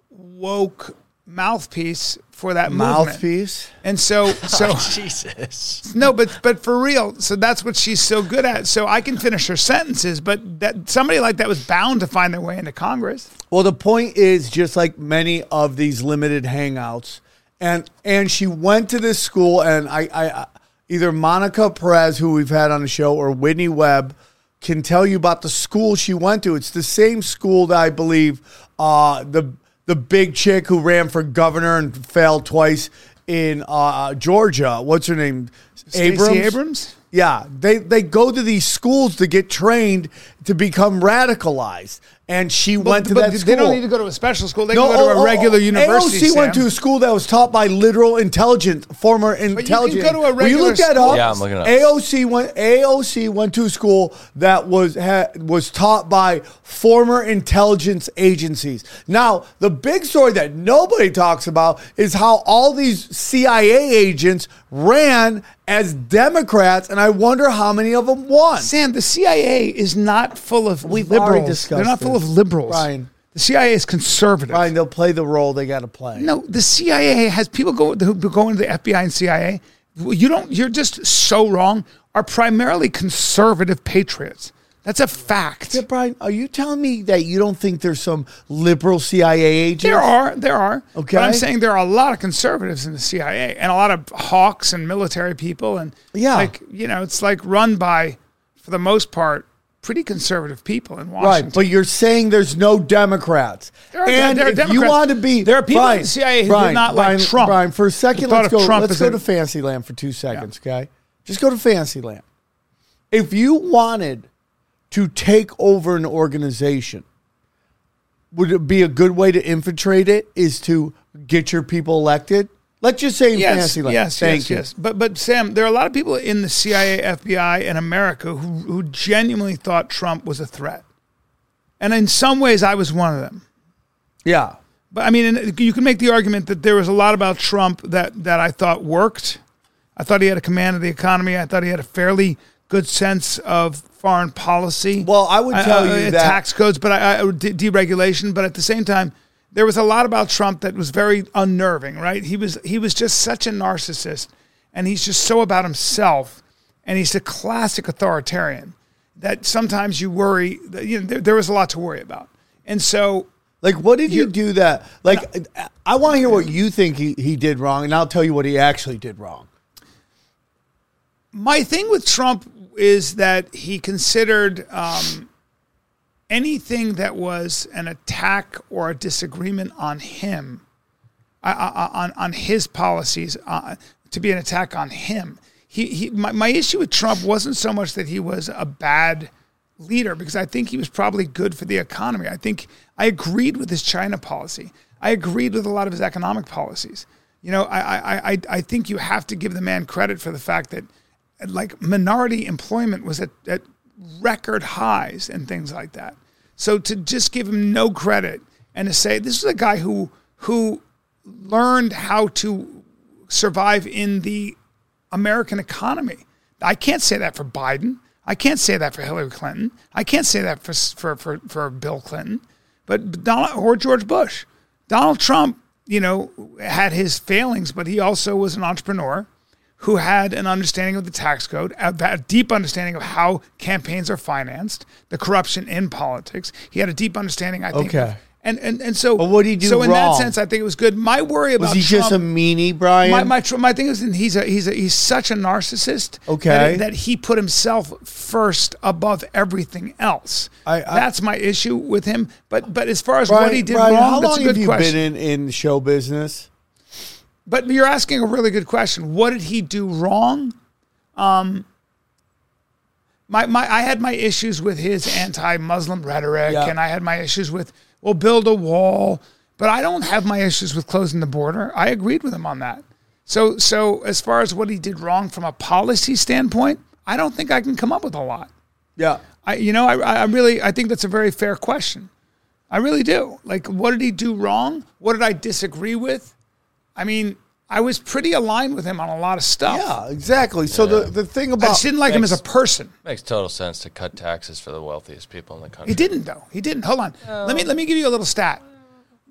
[SPEAKER 2] woke mouthpiece for that movement.
[SPEAKER 7] Mouthpiece.
[SPEAKER 2] And so, so
[SPEAKER 6] Jesus.
[SPEAKER 2] no, but but for real. So that's what she's so good at. So I can finish her sentences, but that somebody like that was bound to find their way into Congress.
[SPEAKER 7] Well, the point is, just like many of these limited hangouts, and and she went to this school, and I, I, I either Monica Perez, who we've had on the show, or Whitney Webb can tell you about the school she went to. It's the same school that I believe uh, the the big chick who ran for governor and failed twice in uh, Georgia. What's her name?
[SPEAKER 2] Stacey Abrams?
[SPEAKER 7] Yeah, they they go to these schools to get trained to become radicalized, and she went to
[SPEAKER 2] but
[SPEAKER 7] that school.
[SPEAKER 2] they don't need to go to a special school. They
[SPEAKER 7] No,
[SPEAKER 2] can go
[SPEAKER 7] oh,
[SPEAKER 2] to
[SPEAKER 7] oh,
[SPEAKER 2] a regular
[SPEAKER 7] oh,
[SPEAKER 2] university.
[SPEAKER 7] AOC went
[SPEAKER 2] Sam.
[SPEAKER 7] to a school that was taught by literal intelligence, former intelligence.
[SPEAKER 2] go to a
[SPEAKER 7] Will you
[SPEAKER 2] regular
[SPEAKER 7] look that
[SPEAKER 2] school.
[SPEAKER 7] up?
[SPEAKER 6] Yeah, I'm looking it up.
[SPEAKER 7] AOC went. AOC went to a school that was ha, was taught by former intelligence agencies. Now, the big story that nobody talks about is how all these CIA agents ran as Democrats, and I wonder how many of them won.
[SPEAKER 2] Sam, the CIA is not full of
[SPEAKER 7] We've already
[SPEAKER 2] liberals.
[SPEAKER 7] discussed
[SPEAKER 2] They're not full
[SPEAKER 7] this.
[SPEAKER 2] of liberals.
[SPEAKER 7] Ryan.
[SPEAKER 2] The CIA is conservative.
[SPEAKER 7] Fine, they'll play the role they got to play.
[SPEAKER 2] No, the CIA has people go who go into the FBI and CIA. you don't you're just so wrong are primarily conservative patriots. That's a fact.
[SPEAKER 7] Yeah, Brian, are you telling me that you don't think there's some liberal CIA agent?
[SPEAKER 2] There are, there are.
[SPEAKER 7] Okay.
[SPEAKER 2] but I'm saying there are a lot of conservatives in the CIA and a lot of hawks and military people, and
[SPEAKER 7] Yeah.
[SPEAKER 2] like you know, it's like run by, for the most part, pretty conservative people in Washington.
[SPEAKER 7] Right, but you're saying there's no Democrats.
[SPEAKER 2] There are-
[SPEAKER 7] and
[SPEAKER 2] there are
[SPEAKER 7] if you
[SPEAKER 2] Democrats.
[SPEAKER 7] want to be
[SPEAKER 2] There are people in
[SPEAKER 7] Brian,
[SPEAKER 2] the CIA who did
[SPEAKER 7] Brian,
[SPEAKER 2] not like
[SPEAKER 7] Brian,
[SPEAKER 2] Trump.
[SPEAKER 7] Brian, for a
[SPEAKER 2] Who
[SPEAKER 7] second,
[SPEAKER 2] thought
[SPEAKER 7] let's
[SPEAKER 2] of
[SPEAKER 7] go.
[SPEAKER 2] Trump
[SPEAKER 7] let's
[SPEAKER 2] as
[SPEAKER 7] go
[SPEAKER 2] a-
[SPEAKER 7] to Fantasyland for two seconds, okay? Just go to Fantasyland. If you wanted to take over an organization, would it be a good way to infiltrate it? Is to get your people elected? Let's just say in
[SPEAKER 2] yes,
[SPEAKER 7] Fantasyland.
[SPEAKER 2] yes,
[SPEAKER 7] Thank
[SPEAKER 2] yes,
[SPEAKER 7] you.
[SPEAKER 2] yes. But but Sam, there are a lot of people in the CIA, FBI, and America who who genuinely thought Trump was a threat, and in some ways, I was one of them.
[SPEAKER 7] Yeah.
[SPEAKER 2] But I mean, and you can make the argument that there was a lot about Trump that that I thought worked. I thought he had a command of the economy. I thought he had a fairly good sense of foreign policy.
[SPEAKER 7] Well, I would tell you
[SPEAKER 2] uh,
[SPEAKER 7] that-
[SPEAKER 2] tax codes, but I, I de- deregulation. But at the same time, there was a lot about Trump that was very unnerving. Right? He was he was just such a narcissist, and he's just so about himself, and he's a classic authoritarian. That sometimes you worry. That, you know, there, there was a lot to worry about, and so
[SPEAKER 7] Like, what did you do that? Like, I- I want to hear what you think he, he did wrong, and I'll tell you what he actually did wrong.
[SPEAKER 2] my thing with Trump is that he considered um, anything that was an attack or a disagreement on him, uh, uh, on on his policies, uh, to be an attack on him. He, he my, my issue with Trump wasn't so much that he was a bad leader because I think he was probably good for the economy. I think I agreed with his China policy. I agreed with a lot of his economic policies. You know, I I I- I, I think you have to give the man credit for the fact that like minority employment was at, at record highs and things like that. So to just give him no credit and to say this is a guy who who learned how to survive in the American economy. I can't say that for Biden. I can't say that for Hillary Clinton. I can't say that for for for, for Bill Clinton, but Donald or George Bush. Donald Trump, you know, had his failings, but he also was an entrepreneur who had an understanding of the tax code, a, a deep understanding of how campaigns are financed, the corruption in politics. He had a deep understanding, I think. of-
[SPEAKER 7] Okay.
[SPEAKER 2] and and and so.
[SPEAKER 7] But what did he do
[SPEAKER 2] So in
[SPEAKER 7] wrong?
[SPEAKER 2] that sense, I think it was good. My worry about
[SPEAKER 7] Was he
[SPEAKER 2] Trump,
[SPEAKER 7] just a meanie, Brian?
[SPEAKER 2] my, my, tr- my thing is, that he's a, he's a, he's such a narcissist.
[SPEAKER 7] Okay.
[SPEAKER 2] that, that he put himself first above everything else.
[SPEAKER 7] I- I-
[SPEAKER 2] That's my issue with him. But but as far as
[SPEAKER 7] Brian-
[SPEAKER 2] what he did
[SPEAKER 7] Brian,
[SPEAKER 2] wrong,
[SPEAKER 7] how
[SPEAKER 2] that's
[SPEAKER 7] long
[SPEAKER 2] a good
[SPEAKER 7] have you
[SPEAKER 2] question.
[SPEAKER 7] been in, in show business?
[SPEAKER 2] But you're asking a really good question. What did he do wrong? Um, my, my, I had my issues with his anti-Muslim rhetoric,
[SPEAKER 7] Yeah.
[SPEAKER 2] and I had my issues with well, build a wall. But I don't have my issues with closing the border. I agreed with him on that. So, so as far as what he did wrong from a policy standpoint, I don't think I can come up with a lot.
[SPEAKER 7] Yeah.
[SPEAKER 2] I, you know, I, I I really, I think that's a very fair question. I really do. Like, what did he do wrong? What did I disagree with? I mean, I was pretty aligned with him on a lot of stuff.
[SPEAKER 7] Yeah, exactly. So the, the thing
[SPEAKER 2] Oh. I
[SPEAKER 7] about
[SPEAKER 2] just didn't like him as a person.
[SPEAKER 6] Makes total sense to cut taxes for the wealthiest people in the country.
[SPEAKER 2] He didn't though. He didn't. Hold on. Let me let me give you a little stat.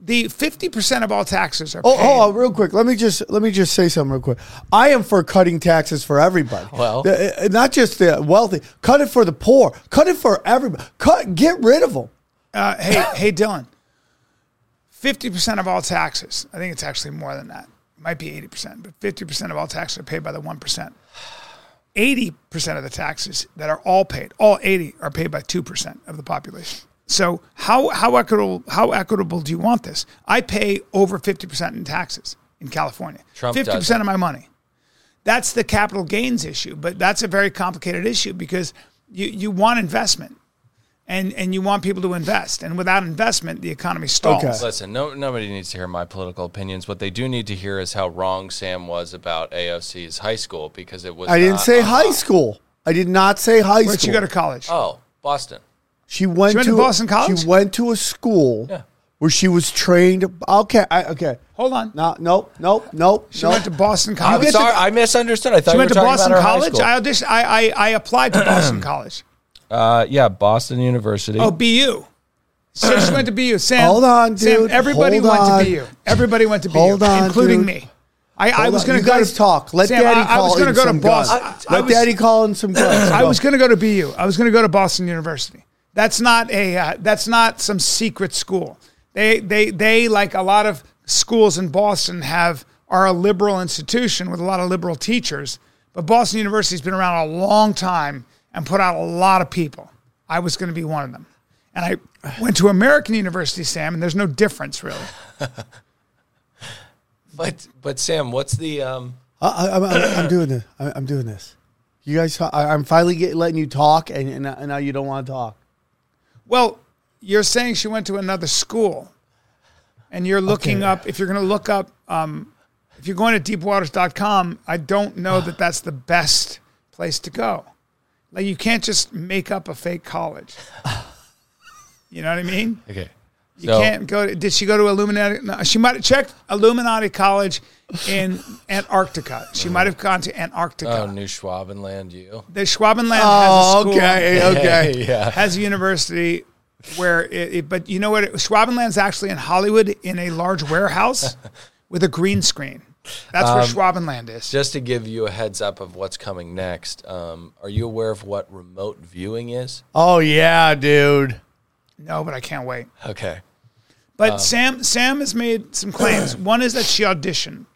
[SPEAKER 2] The fifty percent of all taxes are.
[SPEAKER 7] Oh,
[SPEAKER 2] paid.
[SPEAKER 7] hold on, real quick. Let me just let me just say something real quick. I am for cutting taxes for everybody.
[SPEAKER 6] Well.
[SPEAKER 7] The- uh, not just the wealthy. Cut it for the poor. Cut it for everybody. Cut. Get rid of them.
[SPEAKER 2] Uh, hey, hey, Dylan. Fifty percent of all taxes. I think it's actually more than that. It might be eighty percent, but fifty percent of all taxes are paid by the one percent. Eighty percent of the taxes that are all paid, all eighty, are paid by two percent of the population. So how how equitable how equitable do you want this? I pay over fifty percent in taxes in California.
[SPEAKER 6] Trump
[SPEAKER 2] Fifty
[SPEAKER 6] doesn't.
[SPEAKER 2] percent of my money. That's the capital gains issue, but that's a very complicated issue because you, you want investment and and you want people to invest. And without investment, the economy stalls.
[SPEAKER 7] Okay.
[SPEAKER 6] Listen, no, nobody needs to hear my political opinions. What they do need to hear is how wrong Sam was about AOC's high school because it was.
[SPEAKER 7] I didn't
[SPEAKER 6] not
[SPEAKER 7] say
[SPEAKER 6] on-
[SPEAKER 7] high school. I did not say high
[SPEAKER 2] Where'd you
[SPEAKER 7] school.
[SPEAKER 2] go to college?
[SPEAKER 6] Oh, Boston.
[SPEAKER 7] She went,
[SPEAKER 2] She went to Boston College?
[SPEAKER 7] She went to a school
[SPEAKER 6] Yeah.
[SPEAKER 7] where she was trained. Okay, I, okay.
[SPEAKER 2] Hold on.
[SPEAKER 7] No, nope, nope, nope.
[SPEAKER 2] she went to Boston
[SPEAKER 6] I'm
[SPEAKER 2] College.
[SPEAKER 6] sorry, I misunderstood. I thought
[SPEAKER 2] she
[SPEAKER 6] you
[SPEAKER 2] went
[SPEAKER 6] were
[SPEAKER 2] to
[SPEAKER 6] talking
[SPEAKER 2] Boston
[SPEAKER 6] about her high
[SPEAKER 2] College.
[SPEAKER 6] school.
[SPEAKER 2] I auditioned. I, I I applied to Boston College.
[SPEAKER 6] Uh, yeah, Boston University.
[SPEAKER 2] Oh, BU. So she went to BU. Sam,
[SPEAKER 7] Hold on,
[SPEAKER 2] Sam,
[SPEAKER 7] dude.
[SPEAKER 2] everybody
[SPEAKER 7] Hold
[SPEAKER 2] went
[SPEAKER 7] on.
[SPEAKER 2] to BU. Everybody went to BU,
[SPEAKER 7] Hold on,
[SPEAKER 2] including
[SPEAKER 7] dude.
[SPEAKER 2] me. I, I was going
[SPEAKER 7] to
[SPEAKER 2] to
[SPEAKER 7] guys talk. Let Daddy
[SPEAKER 2] I,
[SPEAKER 7] call
[SPEAKER 2] was gonna
[SPEAKER 7] in
[SPEAKER 2] go to
[SPEAKER 7] some
[SPEAKER 2] Boston.
[SPEAKER 7] guns.
[SPEAKER 2] I
[SPEAKER 7] Let
[SPEAKER 2] was-
[SPEAKER 7] Daddy call in some guns.
[SPEAKER 2] I
[SPEAKER 7] Go.
[SPEAKER 2] was going to go to BU. I was going to go to Boston University. That's not a uh, that's not some secret school. They they they like a lot of schools in Boston have are a liberal institution with a lot of liberal teachers. But Boston University's been around a long time and put out a lot of people. I was going to be one of them. And I went to American University, Sam, and there's no difference really.
[SPEAKER 6] But but Sam, what's the um?
[SPEAKER 7] I, I, I'm, I'm, I'm doing this. I, I'm doing this. You guys, ta- I, I'm finally get, letting you talk, and, and, and now you don't want to talk.
[SPEAKER 2] Well, you're saying she went to another school, and you're looking
[SPEAKER 7] Okay.
[SPEAKER 2] up. If you're going to look up, um, if you're going to deepwaters.com, I don't know that that's the best place to go. Like you can't just make up a fake college. You know what I mean?
[SPEAKER 6] Okay.
[SPEAKER 2] You can't go. To, did she go to Illuminati? No, she might have checked Illuminati College in Antarctica. She might have gone to Antarctica.
[SPEAKER 6] Oh, New Schwabenland, you.
[SPEAKER 2] The Schwabenland has a school
[SPEAKER 7] Oh, okay.
[SPEAKER 6] yeah.
[SPEAKER 2] has a university where it, it- but you know what? Schwabenland's actually in Hollywood in a large warehouse with a green screen. That's
[SPEAKER 7] Um,
[SPEAKER 2] where Schwabenland is.
[SPEAKER 6] Just to give you a heads up of what's coming next, um, are you aware of what remote viewing is?
[SPEAKER 7] Oh yeah, dude.
[SPEAKER 2] No, but I can't wait.
[SPEAKER 6] Okay.
[SPEAKER 7] Um,
[SPEAKER 2] But Sam Sam has made some claims. One is that she auditioned.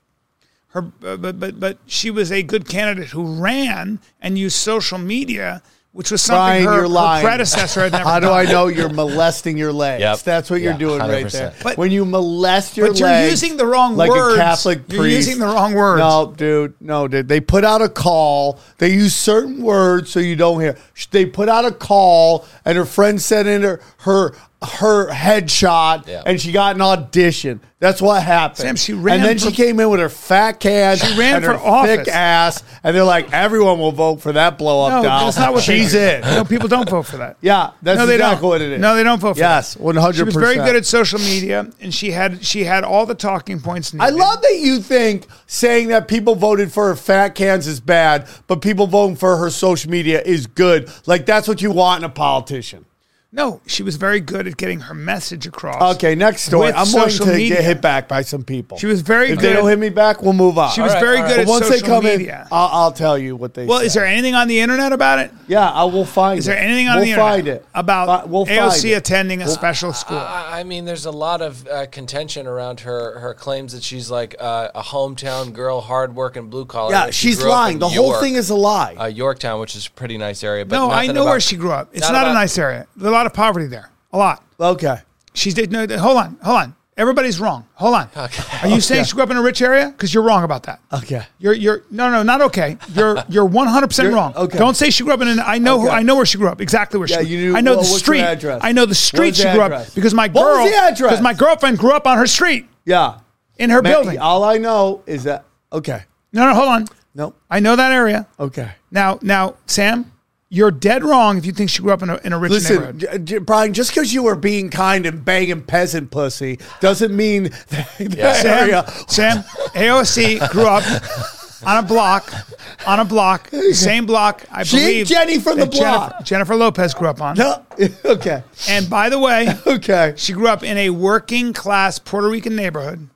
[SPEAKER 2] Her, uh, but but but she was a good candidate who ran and used social media, which was something
[SPEAKER 7] Brian,
[SPEAKER 2] her,
[SPEAKER 7] you're
[SPEAKER 2] her
[SPEAKER 7] lying.
[SPEAKER 2] predecessor had never
[SPEAKER 7] How do
[SPEAKER 2] done.
[SPEAKER 7] I know you're molesting your legs?
[SPEAKER 6] Yep.
[SPEAKER 7] That's what you're
[SPEAKER 6] Yeah,
[SPEAKER 7] doing right
[SPEAKER 6] 100%.
[SPEAKER 7] there.
[SPEAKER 2] But-
[SPEAKER 7] when you molest your
[SPEAKER 2] But you're
[SPEAKER 7] legs,
[SPEAKER 2] using the wrong
[SPEAKER 7] like
[SPEAKER 2] words.
[SPEAKER 7] a Catholic priest.
[SPEAKER 2] You're using the wrong words.
[SPEAKER 7] No, dude. No, dude. They put out a call. They use certain words so you don't hear. Sh- They put out a call, and her friend sent in her her, her headshot,
[SPEAKER 6] Yeah.
[SPEAKER 7] and she got an audition. That's what happened.
[SPEAKER 2] Sam, she ran
[SPEAKER 7] and then
[SPEAKER 2] for-
[SPEAKER 7] she came in with her fat can. She
[SPEAKER 2] ran
[SPEAKER 7] and
[SPEAKER 2] for
[SPEAKER 7] her
[SPEAKER 2] office.
[SPEAKER 7] Thick ass, and they're like, everyone will vote for that blow up
[SPEAKER 2] No,
[SPEAKER 7] doll.
[SPEAKER 2] that's not what they
[SPEAKER 7] She's
[SPEAKER 2] do.
[SPEAKER 7] in.
[SPEAKER 2] No, people don't vote for that.
[SPEAKER 7] Yeah, that's
[SPEAKER 2] no, they
[SPEAKER 7] exactly
[SPEAKER 2] don't.
[SPEAKER 7] what it is.
[SPEAKER 2] No, they don't vote for
[SPEAKER 7] Yes,
[SPEAKER 2] that.
[SPEAKER 7] 100%.
[SPEAKER 2] She was very good at social media, and she had she had all the talking points. Needed.
[SPEAKER 7] I love that you think saying that people voted for her fat cans is bad, but people voting for her social media is good. Like that's what you want in a politician.
[SPEAKER 2] No, she was very good at getting her message across.
[SPEAKER 7] Okay, next story.
[SPEAKER 2] With
[SPEAKER 7] I'm going to
[SPEAKER 2] social media.
[SPEAKER 7] get hit back by some people.
[SPEAKER 2] She was very
[SPEAKER 7] If
[SPEAKER 2] good
[SPEAKER 7] they don't
[SPEAKER 2] at-
[SPEAKER 7] hit me back, we'll move on.
[SPEAKER 2] she was
[SPEAKER 6] right,
[SPEAKER 2] very
[SPEAKER 6] all right.
[SPEAKER 2] good at
[SPEAKER 7] But once
[SPEAKER 2] social
[SPEAKER 7] they come
[SPEAKER 2] media.
[SPEAKER 7] in, I'll, I'll tell you what they.
[SPEAKER 2] well,
[SPEAKER 7] said.
[SPEAKER 2] is there anything on the internet about it?
[SPEAKER 7] Yeah, I will find.
[SPEAKER 2] Is there
[SPEAKER 7] it.
[SPEAKER 2] anything on
[SPEAKER 7] we'll
[SPEAKER 2] the internet
[SPEAKER 7] find it
[SPEAKER 2] about
[SPEAKER 7] Fi- we'll
[SPEAKER 2] AOC
[SPEAKER 7] find it.
[SPEAKER 2] attending a special school?
[SPEAKER 6] I, I mean, there's a lot of uh, contention around her her claims that she's like uh, a hometown girl, hardworking, blue collar.
[SPEAKER 7] Yeah,
[SPEAKER 6] that she
[SPEAKER 7] she's
[SPEAKER 6] grew up
[SPEAKER 7] lying.
[SPEAKER 6] in
[SPEAKER 7] The whole
[SPEAKER 6] York,
[SPEAKER 7] thing is a lie.
[SPEAKER 6] uh, Yorktown, which is a pretty nice area. But
[SPEAKER 2] no, I
[SPEAKER 6] nothing
[SPEAKER 2] know where
[SPEAKER 6] about-
[SPEAKER 2] she grew up. It's not, a
[SPEAKER 6] about-
[SPEAKER 2] nice area. There's a lot of poverty there. A lot.
[SPEAKER 7] okay.
[SPEAKER 2] She's did no. Hold on, hold on. Everybody's wrong. Hold on. Are you saying she grew up in a rich area? Because you're wrong about that.
[SPEAKER 7] Okay.
[SPEAKER 2] You're you're no no not okay. You're you're 100 percent
[SPEAKER 7] You're-
[SPEAKER 2] wrong.
[SPEAKER 7] okay.
[SPEAKER 2] Don't say she grew up in. An, I know her.
[SPEAKER 7] Okay.
[SPEAKER 2] I know where she grew up. Exactly where
[SPEAKER 7] Yeah,
[SPEAKER 2] she. Grew.
[SPEAKER 7] you knew-
[SPEAKER 2] I know
[SPEAKER 7] well,
[SPEAKER 2] the
[SPEAKER 7] what's her
[SPEAKER 2] street.
[SPEAKER 7] address?
[SPEAKER 2] I know the
[SPEAKER 7] What
[SPEAKER 2] street
[SPEAKER 7] was
[SPEAKER 2] she
[SPEAKER 7] the
[SPEAKER 2] grew
[SPEAKER 7] address?
[SPEAKER 2] up because my
[SPEAKER 7] What
[SPEAKER 2] girl.
[SPEAKER 7] was the address?
[SPEAKER 2] Because my girlfriend grew up on her street
[SPEAKER 7] Yeah.
[SPEAKER 2] in her
[SPEAKER 7] Ma-
[SPEAKER 2] building.
[SPEAKER 7] All I know is that. Okay.
[SPEAKER 2] no no hold on.
[SPEAKER 7] Nope.
[SPEAKER 2] I know that area.
[SPEAKER 7] Okay.
[SPEAKER 2] Now now Sam, you're dead wrong if you think she grew up in a in a rich
[SPEAKER 7] Listen,
[SPEAKER 2] neighborhood.
[SPEAKER 7] J- J- Brian, just because you were being kind and banging peasant pussy doesn't mean that the
[SPEAKER 2] Sam,
[SPEAKER 7] area.
[SPEAKER 2] Sam, AOC grew up on a block, on a block, same block. I
[SPEAKER 7] She ain't
[SPEAKER 2] believe
[SPEAKER 7] Jenny from the
[SPEAKER 2] that Jennifer-
[SPEAKER 7] block.
[SPEAKER 2] Jennifer Lopez grew up on.
[SPEAKER 7] No. Okay.
[SPEAKER 2] And by the way,
[SPEAKER 7] Okay.
[SPEAKER 2] she grew up in a working class Puerto Rican neighborhood,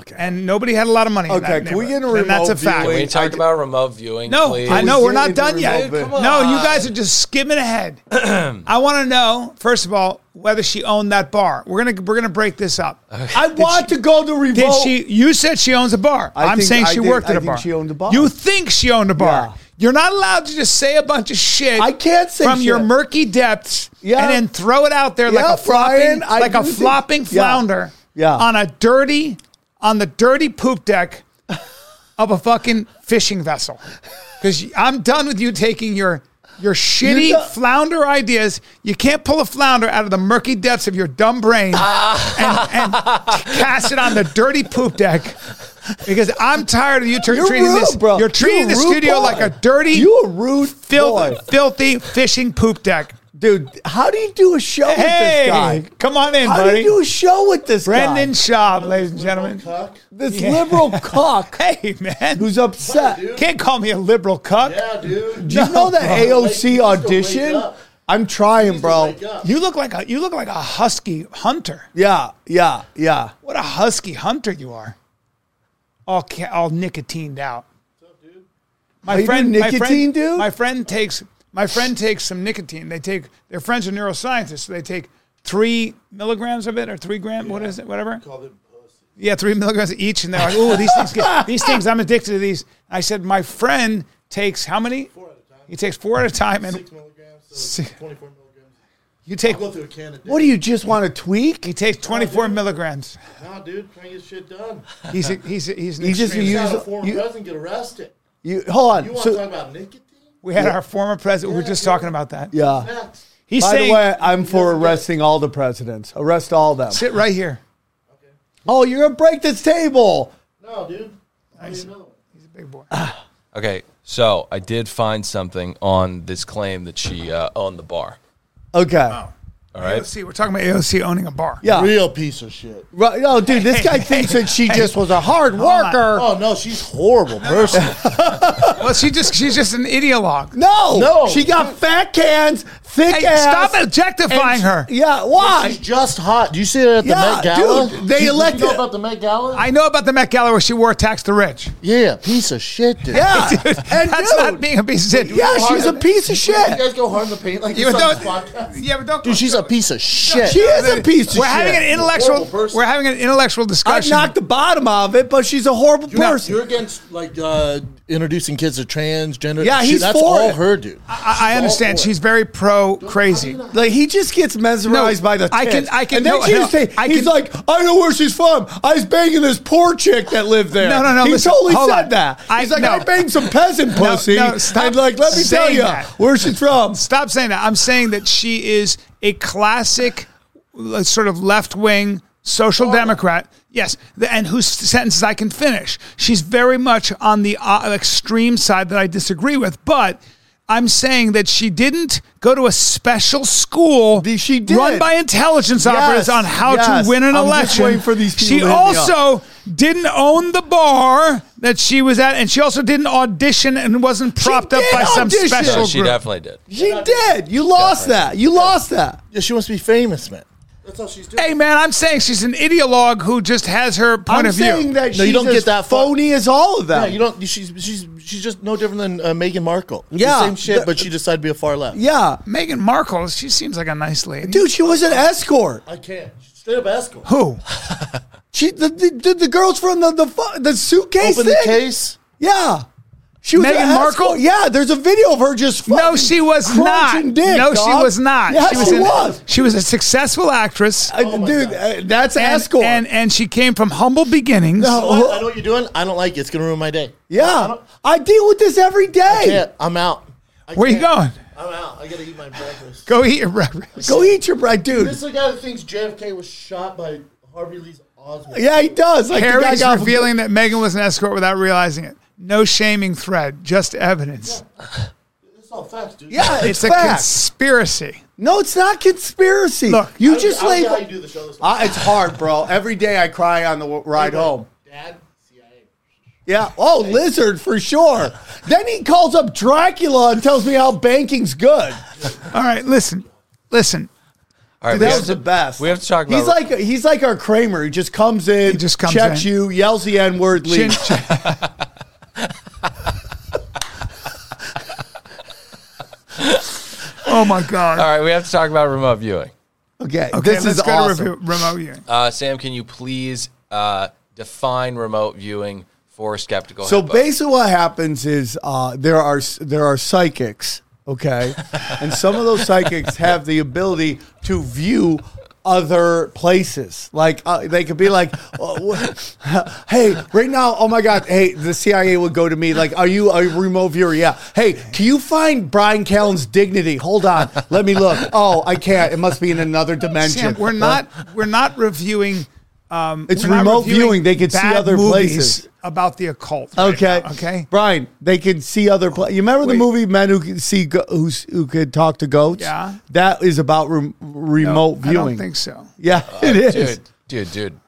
[SPEAKER 7] Okay.
[SPEAKER 2] and nobody had a lot of money. in
[SPEAKER 7] Okay,
[SPEAKER 2] that
[SPEAKER 7] can we
[SPEAKER 2] neighborhood.
[SPEAKER 7] get a
[SPEAKER 2] And that's a
[SPEAKER 7] remote
[SPEAKER 2] fact.
[SPEAKER 6] Can
[SPEAKER 7] viewing?
[SPEAKER 6] we
[SPEAKER 7] Wait, I
[SPEAKER 6] talk
[SPEAKER 7] d-
[SPEAKER 6] about remote viewing?
[SPEAKER 2] No,
[SPEAKER 6] please?
[SPEAKER 2] I know
[SPEAKER 7] we
[SPEAKER 2] we're
[SPEAKER 7] get
[SPEAKER 2] not
[SPEAKER 7] into
[SPEAKER 2] done yet.
[SPEAKER 7] remote Dude,
[SPEAKER 6] come
[SPEAKER 2] No, you
[SPEAKER 6] on.
[SPEAKER 2] guys are just skimming ahead. I want to know first of all whether she owned that bar. We're gonna we're gonna break this up.
[SPEAKER 7] I want to go to revolt.
[SPEAKER 2] Did she? You said she owns a bar.
[SPEAKER 7] I
[SPEAKER 2] I am
[SPEAKER 7] think-
[SPEAKER 2] saying
[SPEAKER 7] I
[SPEAKER 2] she
[SPEAKER 7] think-
[SPEAKER 2] worked
[SPEAKER 7] I
[SPEAKER 2] at a
[SPEAKER 7] think
[SPEAKER 2] bar.
[SPEAKER 7] she owned a bar.
[SPEAKER 2] You think she owned a bar?
[SPEAKER 7] Yeah.
[SPEAKER 2] You're not allowed to just say a bunch of shit.
[SPEAKER 7] I can't say
[SPEAKER 2] from your
[SPEAKER 7] shit.
[SPEAKER 2] murky depths
[SPEAKER 7] Yeah.
[SPEAKER 2] and then throw it out there
[SPEAKER 7] Yeah,
[SPEAKER 2] like a flopping,
[SPEAKER 7] Brian, I
[SPEAKER 2] like
[SPEAKER 7] do
[SPEAKER 2] a
[SPEAKER 7] think-
[SPEAKER 2] flopping
[SPEAKER 7] Yeah.
[SPEAKER 2] flounder
[SPEAKER 7] Yeah.
[SPEAKER 2] on a dirty on the dirty poop deck of a fucking fishing vessel. Because I'm done with you taking your. Your shitty
[SPEAKER 7] not-
[SPEAKER 2] flounder ideas. You can't pull a flounder out of the murky depths of your dumb brain
[SPEAKER 7] Ah.
[SPEAKER 2] and, and cast it on the dirty poop deck because I'm tired of you tur-
[SPEAKER 7] You're
[SPEAKER 2] treating
[SPEAKER 7] rude,
[SPEAKER 2] this.
[SPEAKER 7] bro.
[SPEAKER 2] You're treating
[SPEAKER 7] You're a
[SPEAKER 2] the
[SPEAKER 7] rude
[SPEAKER 2] studio
[SPEAKER 7] boy.
[SPEAKER 2] like a dirty,
[SPEAKER 7] You a rude
[SPEAKER 2] filth-
[SPEAKER 7] boy.
[SPEAKER 2] filthy fishing poop deck.
[SPEAKER 7] dude? How do you do a show
[SPEAKER 2] Hey,
[SPEAKER 7] with this guy?
[SPEAKER 2] come on in,
[SPEAKER 7] How
[SPEAKER 2] buddy.
[SPEAKER 7] do you do a show with this
[SPEAKER 2] Brendan
[SPEAKER 7] guy?
[SPEAKER 2] Schaub, ladies and gentlemen.
[SPEAKER 7] this liberal cuck
[SPEAKER 2] Hey, man.
[SPEAKER 7] who's upset.
[SPEAKER 2] Can't call me a liberal cuck.
[SPEAKER 7] Do you know that AOC audition? I'm trying, bro.
[SPEAKER 2] You look like a you look like a husky hunter.
[SPEAKER 7] Yeah, yeah, yeah.
[SPEAKER 2] What a husky hunter you are. all ca- all nicotined out.
[SPEAKER 7] Oh,
[SPEAKER 2] My
[SPEAKER 7] you
[SPEAKER 2] friend,
[SPEAKER 7] do
[SPEAKER 2] my
[SPEAKER 7] nicotine,
[SPEAKER 2] friend,
[SPEAKER 7] dude?
[SPEAKER 2] My friend takes my friend takes some nicotine. They take their friends are neuroscientists, so they take three milligrams of it or three gram. What is it? Whatever. Yeah, three milligrams each, and they're like, "Oh, these things, get, these things, I'm addicted to these." I said, "My friend takes how many? Four at a time. He takes four at a time, and six milligrams, twenty-four milligrams. You take
[SPEAKER 7] What do you just want to tweak?
[SPEAKER 2] he takes twenty-four milligrams.
[SPEAKER 3] Nah, dude, trying to get shit done.
[SPEAKER 2] He's a, he's a, he's an
[SPEAKER 7] He just-
[SPEAKER 2] extreme-
[SPEAKER 7] you-
[SPEAKER 3] Got a
[SPEAKER 7] Usually-
[SPEAKER 3] foreign president get arrested.
[SPEAKER 7] You hold on.
[SPEAKER 3] You want
[SPEAKER 7] so,
[SPEAKER 3] to talk about nicotine?
[SPEAKER 2] We had our former president. we were
[SPEAKER 3] Yeah,
[SPEAKER 2] just
[SPEAKER 3] yeah.
[SPEAKER 2] talking about that.
[SPEAKER 7] yeah.
[SPEAKER 3] Next.
[SPEAKER 2] He's
[SPEAKER 7] By
[SPEAKER 2] saying,
[SPEAKER 7] the way, I'm for arresting all the presidents. Arrest all them.
[SPEAKER 2] sit right here.
[SPEAKER 7] Oh, you're gonna break this table.
[SPEAKER 3] No, dude. I need another one.
[SPEAKER 2] He's a big boy.
[SPEAKER 6] Okay, so I did find something on this claim that she uh, owned the bar.
[SPEAKER 7] Okay.
[SPEAKER 6] All right,
[SPEAKER 2] AOC, we're talking about AOC owning a bar.
[SPEAKER 7] Yeah.
[SPEAKER 3] Real piece of shit.
[SPEAKER 7] Right. No, dude, this guy thinks that she just was a hard worker.
[SPEAKER 3] Oh no, she's horrible person.
[SPEAKER 2] Well, she just she's just an ideologue.
[SPEAKER 7] No,
[SPEAKER 3] No.
[SPEAKER 7] she got fat cans, thick
[SPEAKER 2] Hey,
[SPEAKER 7] ass.
[SPEAKER 2] stop objectifying her.
[SPEAKER 7] Yeah, why?
[SPEAKER 3] she's just hot. Do you see that at the
[SPEAKER 7] Yeah,
[SPEAKER 3] Met Gala?
[SPEAKER 7] dude, they
[SPEAKER 3] Do you- do
[SPEAKER 7] elected-
[SPEAKER 3] You know about the Met Gala?
[SPEAKER 2] I know about the Met Gala where she wore tax the rich.
[SPEAKER 3] yeah, piece of shit, dude.
[SPEAKER 7] Yeah, and
[SPEAKER 2] That's
[SPEAKER 7] dude,
[SPEAKER 2] not being a piece of shit.
[SPEAKER 7] yeah, she's a piece of
[SPEAKER 3] You
[SPEAKER 7] shit.
[SPEAKER 3] guys go hard in the paint like
[SPEAKER 2] You
[SPEAKER 3] this on
[SPEAKER 2] don't,
[SPEAKER 3] this podcast.
[SPEAKER 2] yeah, but don't.
[SPEAKER 3] Dude, she's a piece of shit.
[SPEAKER 7] She is a piece of
[SPEAKER 2] We're
[SPEAKER 7] shit.
[SPEAKER 2] having an
[SPEAKER 3] Horrible
[SPEAKER 2] intellectual.
[SPEAKER 3] person.
[SPEAKER 2] We're having an intellectual
[SPEAKER 7] I
[SPEAKER 2] discussion.
[SPEAKER 7] knocked the bottom of it, but she's a horrible person.
[SPEAKER 3] You're against like uh, introducing kids to transgender.
[SPEAKER 7] Yeah,
[SPEAKER 3] shit.
[SPEAKER 7] he's
[SPEAKER 3] that's
[SPEAKER 7] for
[SPEAKER 3] all
[SPEAKER 7] it.
[SPEAKER 3] Oh, her, dude.
[SPEAKER 2] I, I understand.
[SPEAKER 3] for it.
[SPEAKER 2] She's very pro crazy.
[SPEAKER 7] Like he just gets mesmerized
[SPEAKER 2] No,
[SPEAKER 7] by the.
[SPEAKER 2] I can-
[SPEAKER 7] tits.
[SPEAKER 2] I can-
[SPEAKER 7] And then
[SPEAKER 2] no,
[SPEAKER 7] she
[SPEAKER 2] no,
[SPEAKER 7] just say,
[SPEAKER 2] I
[SPEAKER 7] he's
[SPEAKER 2] can-
[SPEAKER 7] like, I know where she's from. I was banging this poor chick that lived there.
[SPEAKER 2] No, no, no,
[SPEAKER 7] He
[SPEAKER 2] listen,
[SPEAKER 7] totally
[SPEAKER 2] hold
[SPEAKER 7] said
[SPEAKER 2] on.
[SPEAKER 7] that.
[SPEAKER 2] I-
[SPEAKER 7] he's like,
[SPEAKER 2] no.
[SPEAKER 7] I banged some peasant
[SPEAKER 2] No,
[SPEAKER 7] pussy.
[SPEAKER 2] no, stop
[SPEAKER 7] and like, let me tell
[SPEAKER 2] saying
[SPEAKER 7] you
[SPEAKER 2] that.
[SPEAKER 7] where she's from.
[SPEAKER 2] Stop saying that. I'm saying that she is a classic uh, sort of left wing
[SPEAKER 7] Oh.
[SPEAKER 2] social democrat. Yes, the- and whose sentences I can finish. She's very much on the uh, extreme side that I disagree with, but. I'm saying that she didn't go to a special school
[SPEAKER 7] The- she did.
[SPEAKER 2] run by intelligence operatives on how
[SPEAKER 7] yes.
[SPEAKER 2] to win an
[SPEAKER 7] I'm just
[SPEAKER 2] election.
[SPEAKER 7] waiting for these people
[SPEAKER 2] she
[SPEAKER 7] to hit me up.
[SPEAKER 2] also didn't own the bar that she was at, and she also didn't audition and wasn't propped up
[SPEAKER 7] did
[SPEAKER 2] by some
[SPEAKER 7] audition.
[SPEAKER 2] special
[SPEAKER 6] yeah, she
[SPEAKER 2] group.
[SPEAKER 6] definitely did.
[SPEAKER 7] She did. You lost that. You lost that.
[SPEAKER 3] Yeah, she wants to be famous, man. That's all she's doing.
[SPEAKER 2] Hey man, I'm saying she's an ideologue who just has her point
[SPEAKER 7] I'm
[SPEAKER 2] of
[SPEAKER 7] saying
[SPEAKER 2] view.
[SPEAKER 7] that
[SPEAKER 3] No,
[SPEAKER 7] she's
[SPEAKER 3] you don't
[SPEAKER 7] as
[SPEAKER 3] get that far.
[SPEAKER 7] phony as all of
[SPEAKER 3] Yeah,
[SPEAKER 7] them.
[SPEAKER 3] you don't. She's she's she's just no different than uh, Meghan Markle. It's the
[SPEAKER 7] Yeah.
[SPEAKER 3] same shit, but she decided to be a far left.
[SPEAKER 7] yeah.
[SPEAKER 2] Meghan Markle, she seems like a nice lady.
[SPEAKER 7] Dude, she was an escort.
[SPEAKER 3] I can't. She's Straight up escort.
[SPEAKER 2] who?
[SPEAKER 7] She the the, the, the girls from the the, fu- the suitcase
[SPEAKER 3] Open
[SPEAKER 7] thing.
[SPEAKER 3] the case.
[SPEAKER 7] Yeah. She was
[SPEAKER 2] Meghan
[SPEAKER 7] an escort.
[SPEAKER 2] Markle?
[SPEAKER 7] Yeah, there's a video of her just
[SPEAKER 2] No,
[SPEAKER 7] fucking
[SPEAKER 2] she was not.
[SPEAKER 7] crunching Dick,
[SPEAKER 2] no, she
[SPEAKER 7] dog.
[SPEAKER 2] was not.
[SPEAKER 7] Yeah,
[SPEAKER 2] she
[SPEAKER 7] she
[SPEAKER 2] was. an-
[SPEAKER 7] was.
[SPEAKER 2] She was a successful actress,
[SPEAKER 7] Uh, dude, uh, that's
[SPEAKER 2] and,
[SPEAKER 7] escort.
[SPEAKER 2] and and she came from humble beginnings.
[SPEAKER 3] You know what? I know what you're doing. I don't like it. It's gonna ruin my day.
[SPEAKER 7] yeah. I deal with this every day.
[SPEAKER 3] Can't. I'm out. I
[SPEAKER 2] Where you
[SPEAKER 3] can't.
[SPEAKER 2] going?
[SPEAKER 3] I'm out. I gotta eat my breakfast.
[SPEAKER 2] Go eat your breakfast.
[SPEAKER 7] Go eat your bread, dude.
[SPEAKER 3] This is the guy that thinks JFK was shot by Harvey Lee's Oswald.
[SPEAKER 7] Yeah, he does. Like the guy
[SPEAKER 2] Harry's
[SPEAKER 7] got
[SPEAKER 2] revealing that Megan was an escort without realizing it. No shaming thread, just evidence.
[SPEAKER 3] It's all facts, dude.
[SPEAKER 7] Yeah, it's,
[SPEAKER 2] It's a
[SPEAKER 7] fact.
[SPEAKER 2] conspiracy.
[SPEAKER 7] no, it's not conspiracy.
[SPEAKER 2] Look,
[SPEAKER 7] you
[SPEAKER 3] I, I
[SPEAKER 7] just
[SPEAKER 3] don't know how
[SPEAKER 7] label.
[SPEAKER 3] you do the show this
[SPEAKER 7] I, it's hard, bro. Every day I cry on the w- ride home.
[SPEAKER 3] Dad, CIA.
[SPEAKER 7] Yeah. Oh, lizard for sure. then he calls up Dracula and tells me how banking's good.
[SPEAKER 2] All right, listen, listen.
[SPEAKER 6] All right, we
[SPEAKER 7] That
[SPEAKER 6] have
[SPEAKER 7] was
[SPEAKER 6] to-
[SPEAKER 7] the best.
[SPEAKER 6] We have to talk about.
[SPEAKER 7] He's like he's like our Kramer. He just comes in,
[SPEAKER 2] He just comes
[SPEAKER 7] checks
[SPEAKER 2] in.
[SPEAKER 7] you, yells the n word,
[SPEAKER 2] Chin,
[SPEAKER 7] leaves.
[SPEAKER 2] chin. oh my god.
[SPEAKER 6] All right, we have to talk about remote viewing.
[SPEAKER 7] Okay,
[SPEAKER 2] Okay,
[SPEAKER 7] this
[SPEAKER 2] let's
[SPEAKER 7] is
[SPEAKER 2] go
[SPEAKER 7] awesome.
[SPEAKER 2] to review, remote viewing.
[SPEAKER 6] Uh, Sam, can you please uh, define remote viewing for skeptical?
[SPEAKER 7] So
[SPEAKER 6] Hippo?
[SPEAKER 7] basically, what happens is uh, there are there are psychics, okay, and some of those psychics have the ability to view other places. Like uh, they could be like, oh, wh- "Hey, right now, oh my God, hey, the CIA would go to me. Like, are you a remote viewer? Yeah. Hey, can you find Brian Callen's dignity? Hold on, let me look. Oh, I can't. It must be in another dimension.
[SPEAKER 2] Sam, we're not we're not reviewing um,
[SPEAKER 7] It's
[SPEAKER 2] we're not
[SPEAKER 7] remote viewing. They could see
[SPEAKER 2] bad
[SPEAKER 7] other
[SPEAKER 2] movies
[SPEAKER 7] places.
[SPEAKER 2] about the occult. right
[SPEAKER 7] Okay.
[SPEAKER 2] now, okay.
[SPEAKER 7] Brian, they can see other. Pla- you remember the
[SPEAKER 2] Wait.
[SPEAKER 7] movie Men Who Could See Go- who's, Who Could Talk to Goats?
[SPEAKER 2] Yeah.
[SPEAKER 7] That is about rem remote
[SPEAKER 2] I
[SPEAKER 7] viewing.
[SPEAKER 2] don't think so.
[SPEAKER 7] Yeah, it is.
[SPEAKER 6] dude, dude, dude,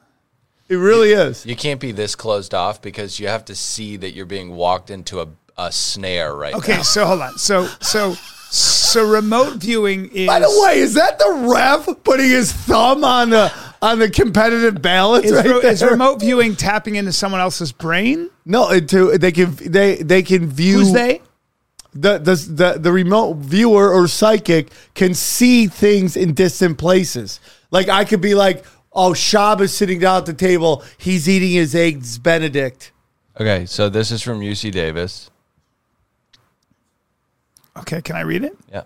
[SPEAKER 7] It really is.
[SPEAKER 6] you can't be this closed off because you have to see that you're being walked into a, a snare right now.
[SPEAKER 2] Okay, so hold on. So so so remote viewing is
[SPEAKER 7] By the way, is that the ref putting his thumb on the on the competitive balance
[SPEAKER 2] Is,
[SPEAKER 7] right
[SPEAKER 2] re- is
[SPEAKER 7] there.
[SPEAKER 2] remote viewing tapping into someone else's brain?
[SPEAKER 7] No, into they can they they can view
[SPEAKER 2] Who's they?
[SPEAKER 7] the, the the the remote viewer or psychic can see things in distant places. Like I could be like, oh, Shab is sitting down at the table. He's eating his eggs Benedict.
[SPEAKER 6] Okay, so this is from UC Davis.
[SPEAKER 2] Okay, can I read it?
[SPEAKER 6] Yeah.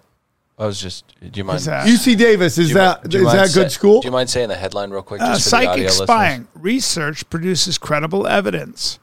[SPEAKER 6] I was just, do you mind?
[SPEAKER 2] Is that-
[SPEAKER 7] UC Davis
[SPEAKER 6] do
[SPEAKER 7] is
[SPEAKER 6] you
[SPEAKER 7] that
[SPEAKER 6] mi-
[SPEAKER 7] is
[SPEAKER 6] do you mind
[SPEAKER 7] that
[SPEAKER 6] say-
[SPEAKER 7] good school?
[SPEAKER 6] Do you mind saying the headline real quick?
[SPEAKER 2] Uh,
[SPEAKER 6] Just for the audio
[SPEAKER 2] psychic
[SPEAKER 6] listeners?
[SPEAKER 2] spying. Research produces credible evidence.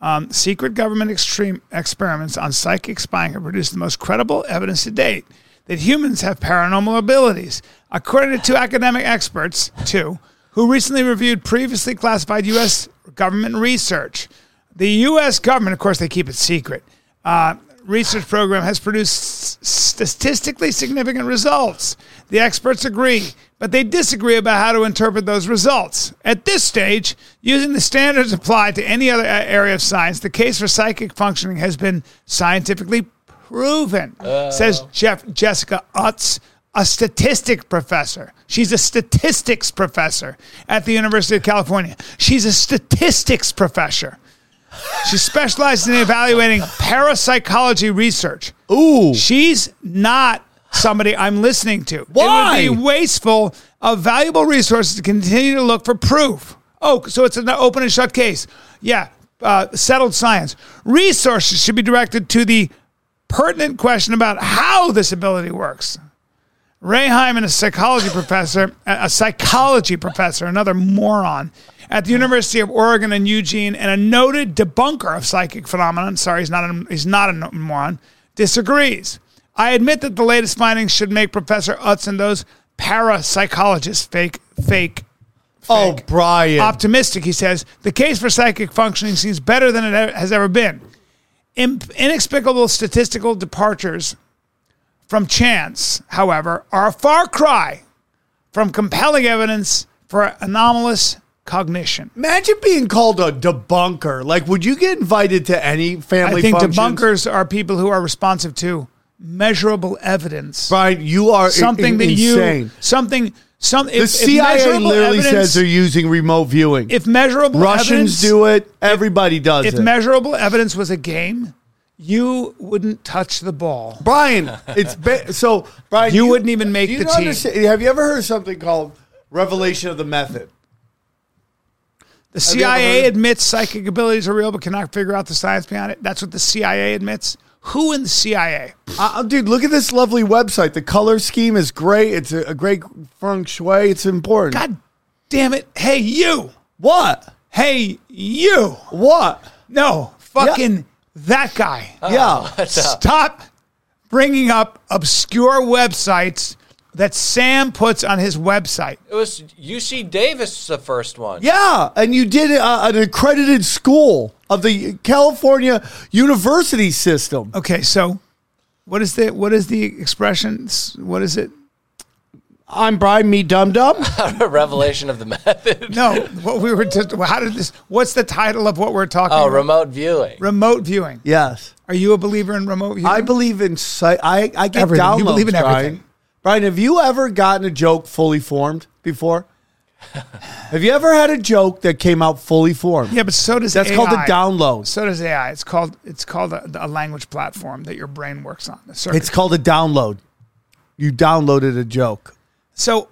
[SPEAKER 2] Um, secret government extreme experiments on psychic spying have produced the most credible evidence to date that humans have paranormal abilities. According to two academic experts, two, who recently reviewed previously classified U.S. government research. The U.S. government, of course, they keep it secret, uh, research program has produced s- statistically significant results. The experts agree, but they disagree about how to interpret those results. At this stage, using the standards applied to any other a- area of science, the case for psychic functioning has been scientifically proven, says Jeff Jessica Utz, a statistic professor. She's a statistics professor at the University of California. She's a statistics professor. She specializes in evaluating parapsychology research. Ooh. She's not somebody I'm listening to.
[SPEAKER 7] Why?
[SPEAKER 2] It would be wasteful of valuable resources to continue to look for proof. Oh, so it's an open and shut case. Yeah, uh, settled science. Resources should be directed to the pertinent question about how this ability works. Ray Hyman, a psychology professor, a psychology professor, another moron, at the University of Oregon in Eugene, and a noted debunker of psychic phenomenon. Sorry, he's not a, he's not a no- moron. Disagrees. I admit that the latest findings should make Professor Utz and those parapsychologists fake, fake,
[SPEAKER 7] oh,
[SPEAKER 2] fake
[SPEAKER 7] Brian.
[SPEAKER 2] optimistic. He says the case for psychic functioning seems better than it e- has ever been. In- inexplicable statistical departures from chance, however, are a far cry from compelling evidence for anomalous cognition.
[SPEAKER 7] Imagine being called a debunker. Like, would you get invited to any family?
[SPEAKER 2] I think
[SPEAKER 7] functions?
[SPEAKER 2] debunkers are people who are responsive to measurable evidence,
[SPEAKER 7] Brian, you are
[SPEAKER 2] something that
[SPEAKER 7] uh, insane.
[SPEAKER 2] you something some
[SPEAKER 7] the CIA literally says they're
[SPEAKER 2] evidence,
[SPEAKER 7] using remote viewing.
[SPEAKER 2] if measurable evidence,
[SPEAKER 7] Russians do it, everybody does
[SPEAKER 2] if
[SPEAKER 7] it.
[SPEAKER 2] measurable evidence was a game, you wouldn't touch the ball.
[SPEAKER 7] Brian, it's ba- so Brian.
[SPEAKER 2] You wouldn't even make
[SPEAKER 7] do you
[SPEAKER 2] the
[SPEAKER 7] not
[SPEAKER 2] team.
[SPEAKER 7] understand- Have you ever heard something called revelation of the method?
[SPEAKER 2] The
[SPEAKER 7] you ever
[SPEAKER 2] CIA
[SPEAKER 7] heard-
[SPEAKER 2] admits psychic abilities are real, but cannot figure out the science behind it. That's what the CIA admits. Who in the CIA?
[SPEAKER 7] Uh, dude, look at this lovely website. The color scheme is great. It's a, a great feng shui. It's important.
[SPEAKER 2] God damn it! Hey you!
[SPEAKER 7] What?
[SPEAKER 2] Hey you!
[SPEAKER 7] What?
[SPEAKER 2] No, fucking that guy.
[SPEAKER 7] Oh, yeah.
[SPEAKER 2] Stop bringing up obscure websites that Sam puts on his website.
[SPEAKER 6] It was UC Davis, the first one.
[SPEAKER 7] Yeah, and you did uh, an accredited school of the California University System.
[SPEAKER 2] Okay, so what is the what is the expression? S- What is it?
[SPEAKER 7] I'm Brian Me Dum Dum.
[SPEAKER 6] Revelation of the method.
[SPEAKER 2] No, what we were just. How did this? What's the title of what we're talking?
[SPEAKER 6] Oh,
[SPEAKER 2] about?
[SPEAKER 6] remote viewing.
[SPEAKER 2] remote viewing.
[SPEAKER 7] Yes,
[SPEAKER 2] Are you a believer in remote viewing?
[SPEAKER 7] I believe in sight. I I get
[SPEAKER 2] Everything.
[SPEAKER 7] downloads.
[SPEAKER 2] You believe in
[SPEAKER 7] Brian.
[SPEAKER 2] everything.
[SPEAKER 7] Brian, have you ever gotten a joke fully formed before? have you ever had a joke that came out fully formed?
[SPEAKER 2] Yeah, but so does
[SPEAKER 7] That's
[SPEAKER 2] AI.
[SPEAKER 7] called a download.
[SPEAKER 2] So does AI. It's called it's called a, a language platform that your brain works on. The circuit.
[SPEAKER 7] It's called a download. You downloaded a joke
[SPEAKER 2] so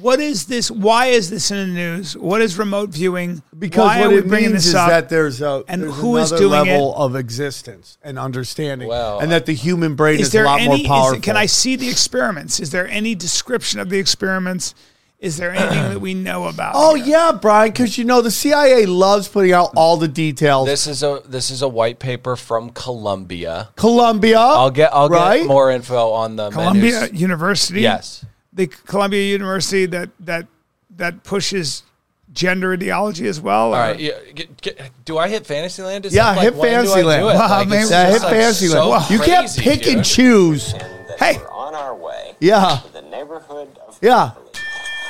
[SPEAKER 2] what is this? Why is this in the news? What is remote viewing?
[SPEAKER 7] because
[SPEAKER 2] why
[SPEAKER 7] what
[SPEAKER 2] are we
[SPEAKER 7] it
[SPEAKER 2] bringing
[SPEAKER 7] means
[SPEAKER 2] this
[SPEAKER 7] is
[SPEAKER 2] up?
[SPEAKER 7] that there's a
[SPEAKER 2] And
[SPEAKER 7] there's
[SPEAKER 2] who is
[SPEAKER 7] another
[SPEAKER 2] doing
[SPEAKER 7] level of existence and understanding,
[SPEAKER 6] Well,
[SPEAKER 7] and that the human brain is,
[SPEAKER 2] is there
[SPEAKER 7] a lot
[SPEAKER 2] any?
[SPEAKER 7] more powerful.
[SPEAKER 2] Is, can I see the experiments? Is there any description of the experiments? Is there anything that we know about?
[SPEAKER 7] Oh
[SPEAKER 2] here?
[SPEAKER 7] yeah, Brian, because you know the CIA loves putting out all the details.
[SPEAKER 6] This is a this is a white paper from Columbia.
[SPEAKER 7] Columbia.
[SPEAKER 6] I'll get I'll
[SPEAKER 7] right?
[SPEAKER 6] get more info on the
[SPEAKER 2] Columbia
[SPEAKER 6] menus.
[SPEAKER 2] University.
[SPEAKER 6] Yes.
[SPEAKER 2] the Columbia University that that that pushes gender ideology as well.
[SPEAKER 6] All
[SPEAKER 2] or-
[SPEAKER 6] right. Yeah, get- get- do I hit Fantasyland? Is
[SPEAKER 7] Yeah,
[SPEAKER 6] that, like,
[SPEAKER 7] hit
[SPEAKER 6] when do I do
[SPEAKER 7] Fantasyland.
[SPEAKER 6] it?
[SPEAKER 2] Wow,
[SPEAKER 6] Like,
[SPEAKER 2] man,
[SPEAKER 6] it's
[SPEAKER 7] Yeah,
[SPEAKER 6] just,
[SPEAKER 7] hit
[SPEAKER 6] like,
[SPEAKER 7] fancy
[SPEAKER 6] so
[SPEAKER 7] land. you can't
[SPEAKER 6] crazy,
[SPEAKER 7] pick
[SPEAKER 6] dude.
[SPEAKER 7] and choose.
[SPEAKER 2] Hey,
[SPEAKER 10] On our way
[SPEAKER 7] Yeah,
[SPEAKER 10] to the neighborhood of
[SPEAKER 7] yeah.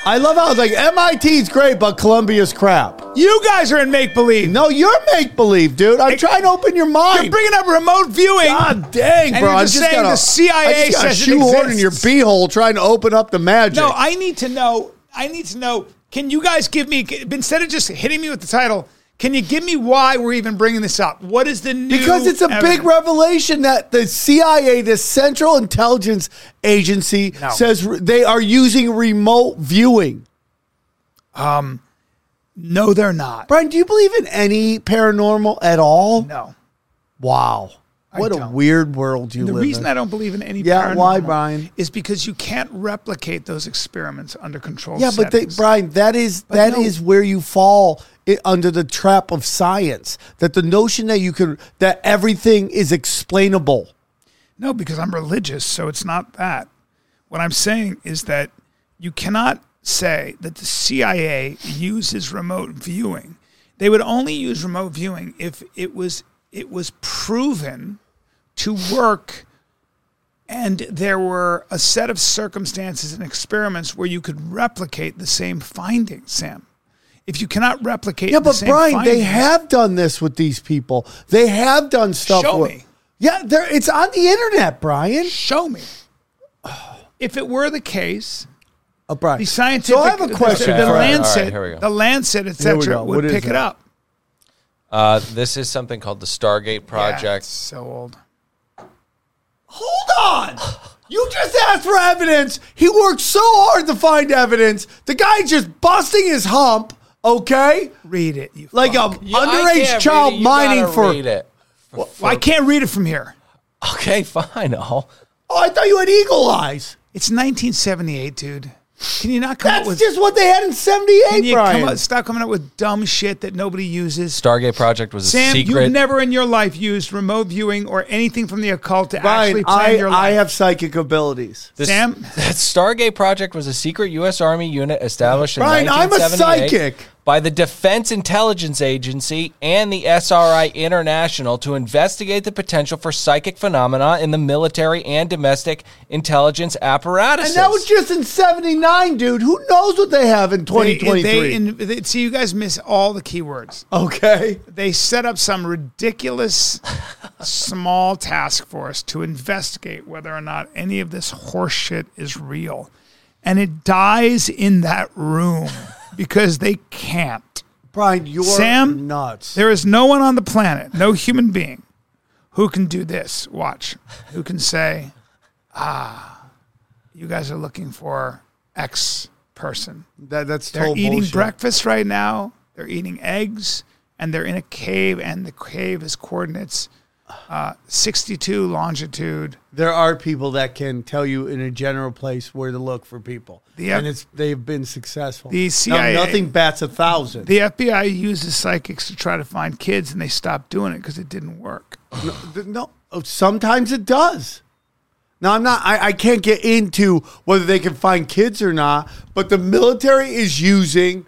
[SPEAKER 7] I love how it's like MIT's great, but Columbia's crap.
[SPEAKER 2] you guys are in make believe.
[SPEAKER 7] No, you're make believe, dude. I'm trying to open your mind.
[SPEAKER 2] You're bringing up remote viewing.
[SPEAKER 7] God dang,
[SPEAKER 2] And
[SPEAKER 7] bro!
[SPEAKER 2] you're
[SPEAKER 7] I'm
[SPEAKER 2] just
[SPEAKER 7] just
[SPEAKER 2] saying
[SPEAKER 7] gotta-
[SPEAKER 2] the CIA
[SPEAKER 7] I just got
[SPEAKER 2] says it
[SPEAKER 7] shoehorn in your
[SPEAKER 2] exists.
[SPEAKER 7] beehole trying to open up the magic.
[SPEAKER 2] no, I need to know. I need to know. Can you guys give me instead of just hitting me with the title? Can you give me why we're even bringing this up? What is the new?
[SPEAKER 7] Because it's a big
[SPEAKER 2] evidence?
[SPEAKER 7] revelation that the CIA, the Central Intelligence Agency,
[SPEAKER 2] No.
[SPEAKER 7] says re- they are using remote viewing.
[SPEAKER 2] Um, no, they're not.
[SPEAKER 7] Brian, do you believe in any paranormal at all?
[SPEAKER 2] No.
[SPEAKER 7] Wow. What a
[SPEAKER 2] don't.
[SPEAKER 7] weird world you
[SPEAKER 2] The
[SPEAKER 7] live
[SPEAKER 2] reason
[SPEAKER 7] in.
[SPEAKER 2] I don't believe in any
[SPEAKER 7] Yeah, why,
[SPEAKER 2] paranormal
[SPEAKER 7] Brian?
[SPEAKER 2] is because you can't replicate those experiments under control.
[SPEAKER 7] yeah, but they,
[SPEAKER 2] settings.
[SPEAKER 7] Brian, that is that is
[SPEAKER 2] no.
[SPEAKER 7] where you fall i under the trap of science. That the notion that you can that everything is explainable.
[SPEAKER 2] No, because I'm religious, so it's not that. What I'm saying is that you cannot say that the CIA uses remote viewing. They would only use remote viewing if it was it was proven to work and there were a set of circumstances and experiments where you could replicate the same findings, Sam. If you cannot replicate
[SPEAKER 7] Yeah,
[SPEAKER 2] the
[SPEAKER 7] but
[SPEAKER 2] same
[SPEAKER 7] Brian, they
[SPEAKER 2] findings-
[SPEAKER 7] have done this with these people. They have done stuff.
[SPEAKER 2] Show
[SPEAKER 7] with-
[SPEAKER 2] me.
[SPEAKER 7] Yeah, there. It's on the internet, Brian.
[SPEAKER 2] show me. If it were the case
[SPEAKER 7] Uh, Brian.
[SPEAKER 2] The scientific.
[SPEAKER 7] So I have a question.
[SPEAKER 2] The,
[SPEAKER 6] Okay,
[SPEAKER 7] for
[SPEAKER 6] all right, all right,
[SPEAKER 2] Lancet,
[SPEAKER 6] here we go.
[SPEAKER 2] the Lancet,
[SPEAKER 7] Here we
[SPEAKER 2] etc.,
[SPEAKER 7] go. What
[SPEAKER 2] would
[SPEAKER 7] is
[SPEAKER 2] pick
[SPEAKER 7] it?
[SPEAKER 2] it up.
[SPEAKER 6] Uh, this is something called the Stargate
[SPEAKER 2] Yeah,
[SPEAKER 6] Project.
[SPEAKER 2] it's so old.
[SPEAKER 7] Hold on. You just asked for evidence. He worked so hard to find evidence. The guy's just busting his hump, okay?
[SPEAKER 2] Read it. You
[SPEAKER 7] Like
[SPEAKER 2] fuck.
[SPEAKER 7] a
[SPEAKER 6] You- I can't read
[SPEAKER 7] underage
[SPEAKER 6] it.
[SPEAKER 7] child
[SPEAKER 6] You
[SPEAKER 7] mining
[SPEAKER 6] gotta
[SPEAKER 7] for.
[SPEAKER 6] read it.
[SPEAKER 2] Well, I can't read it from here.
[SPEAKER 6] Okay, fine. I'll,
[SPEAKER 7] Oh, I thought you had eagle eyes.
[SPEAKER 2] It's 1978, dude. Can you not come up
[SPEAKER 7] That's
[SPEAKER 2] with?
[SPEAKER 7] just what they had in '78,
[SPEAKER 2] can you
[SPEAKER 7] Brian.
[SPEAKER 2] come up, stop coming up with dumb shit that nobody uses.
[SPEAKER 6] Stargate Project was a
[SPEAKER 2] Sam,
[SPEAKER 6] secret.
[SPEAKER 2] you've never in your life used remote viewing or anything from the occult to
[SPEAKER 7] Brian,
[SPEAKER 2] actually plan
[SPEAKER 7] I,
[SPEAKER 2] your life.
[SPEAKER 7] I have psychic abilities.
[SPEAKER 6] This-
[SPEAKER 2] Sam?
[SPEAKER 6] that Stargate Project was a secret U.S. Army unit established in
[SPEAKER 7] Brian, I'm a
[SPEAKER 6] 1978
[SPEAKER 7] psychic.
[SPEAKER 6] by the Defense Intelligence Agency and the SRI International to investigate the potential for psychic phenomena in the military and domestic intelligence
[SPEAKER 7] And
[SPEAKER 6] apparatuses.
[SPEAKER 7] that was just in '79, dude. Who knows what they have in
[SPEAKER 2] They-
[SPEAKER 7] 2023?
[SPEAKER 2] they in- they- see, you guys miss all the keywords.
[SPEAKER 7] okay.
[SPEAKER 2] they set up some ridiculous small task force to investigate whether or not any of this horseshit is real. And it dies in that room because they can't.
[SPEAKER 7] Brian, you're
[SPEAKER 2] Sam?
[SPEAKER 7] nuts.
[SPEAKER 2] There is no one on the planet, no human being, who can do this. Watch. Who can say, ah, you guys are looking for X person.
[SPEAKER 7] That, that's
[SPEAKER 2] They're
[SPEAKER 7] total
[SPEAKER 2] eating
[SPEAKER 7] bullshit.
[SPEAKER 2] breakfast right now. They're eating eggs, and they're in a cave, and the cave is coordinates uh, 62 longitude.
[SPEAKER 7] There are people that can tell you in a general place where to look for people,
[SPEAKER 2] The-
[SPEAKER 7] and it's they've been successful.
[SPEAKER 2] The
[SPEAKER 7] Now,
[SPEAKER 2] CIA
[SPEAKER 7] nothing bats a thousand.
[SPEAKER 2] The FBI uses psychics to try to find kids, and they stopped doing it because it didn't work.
[SPEAKER 7] Th- no, oh, sometimes it does. Now I'm not. I, I can't get into whether they can find kids or not, but the military is using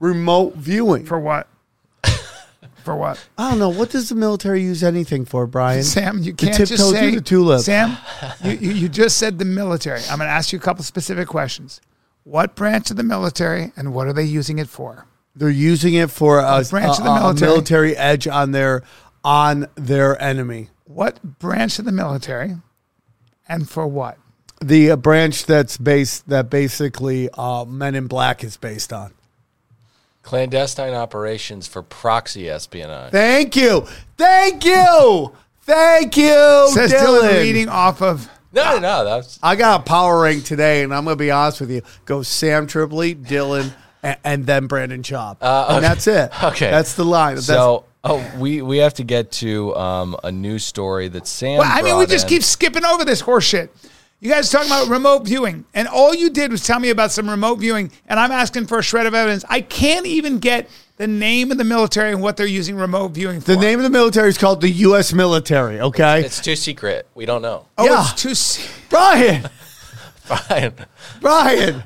[SPEAKER 7] remote viewing.
[SPEAKER 2] For what? for what?
[SPEAKER 7] I don't know what does the military use anything for, Brian.
[SPEAKER 2] Sam, you
[SPEAKER 7] To
[SPEAKER 2] can't
[SPEAKER 7] tiptoe
[SPEAKER 2] just
[SPEAKER 7] through
[SPEAKER 2] say
[SPEAKER 7] the tulip.
[SPEAKER 2] Sam, you, you, you just said the military. I'm going to ask you a couple specific questions. What branch of the military, and what are they using it for?
[SPEAKER 7] They're using it for a,
[SPEAKER 2] branch of the
[SPEAKER 7] a- a
[SPEAKER 2] military.
[SPEAKER 7] military edge on their on their enemy.
[SPEAKER 2] What branch of the military, and for what?
[SPEAKER 7] the uh, branch that's based that basically uh, Men in Black is based on.
[SPEAKER 6] Clandestine operations for proxy espionage.
[SPEAKER 7] Thank you, thank you, thank you,
[SPEAKER 2] says
[SPEAKER 7] Dylan.
[SPEAKER 2] Oh, Dylan, reading off of.
[SPEAKER 6] No, no, no. That's
[SPEAKER 7] I got a power rank today, and I'm gonna be honest with you. Go Sam Tripoli, Dylan, and, and then Brandon Chop, and that's it.
[SPEAKER 6] Uh, okay.
[SPEAKER 7] that's the line. That's,
[SPEAKER 6] so. Oh, we we have to get to um, a news story that Sam.
[SPEAKER 2] Well, I mean, we
[SPEAKER 6] brought
[SPEAKER 2] just
[SPEAKER 6] in.
[SPEAKER 2] keep skipping over this horseshit. You guys talking about remote viewing, and all you did was tell me about some remote viewing, and I'm asking for a shred of evidence. I can't even get the name of the military and what they're using remote viewing for.
[SPEAKER 7] the name of the military is called the U.S. military. Okay,
[SPEAKER 6] It's too secret. We don't know.
[SPEAKER 2] Oh,
[SPEAKER 7] yeah.
[SPEAKER 2] it's too. se-
[SPEAKER 7] Brian,
[SPEAKER 6] Brian,
[SPEAKER 7] Brian,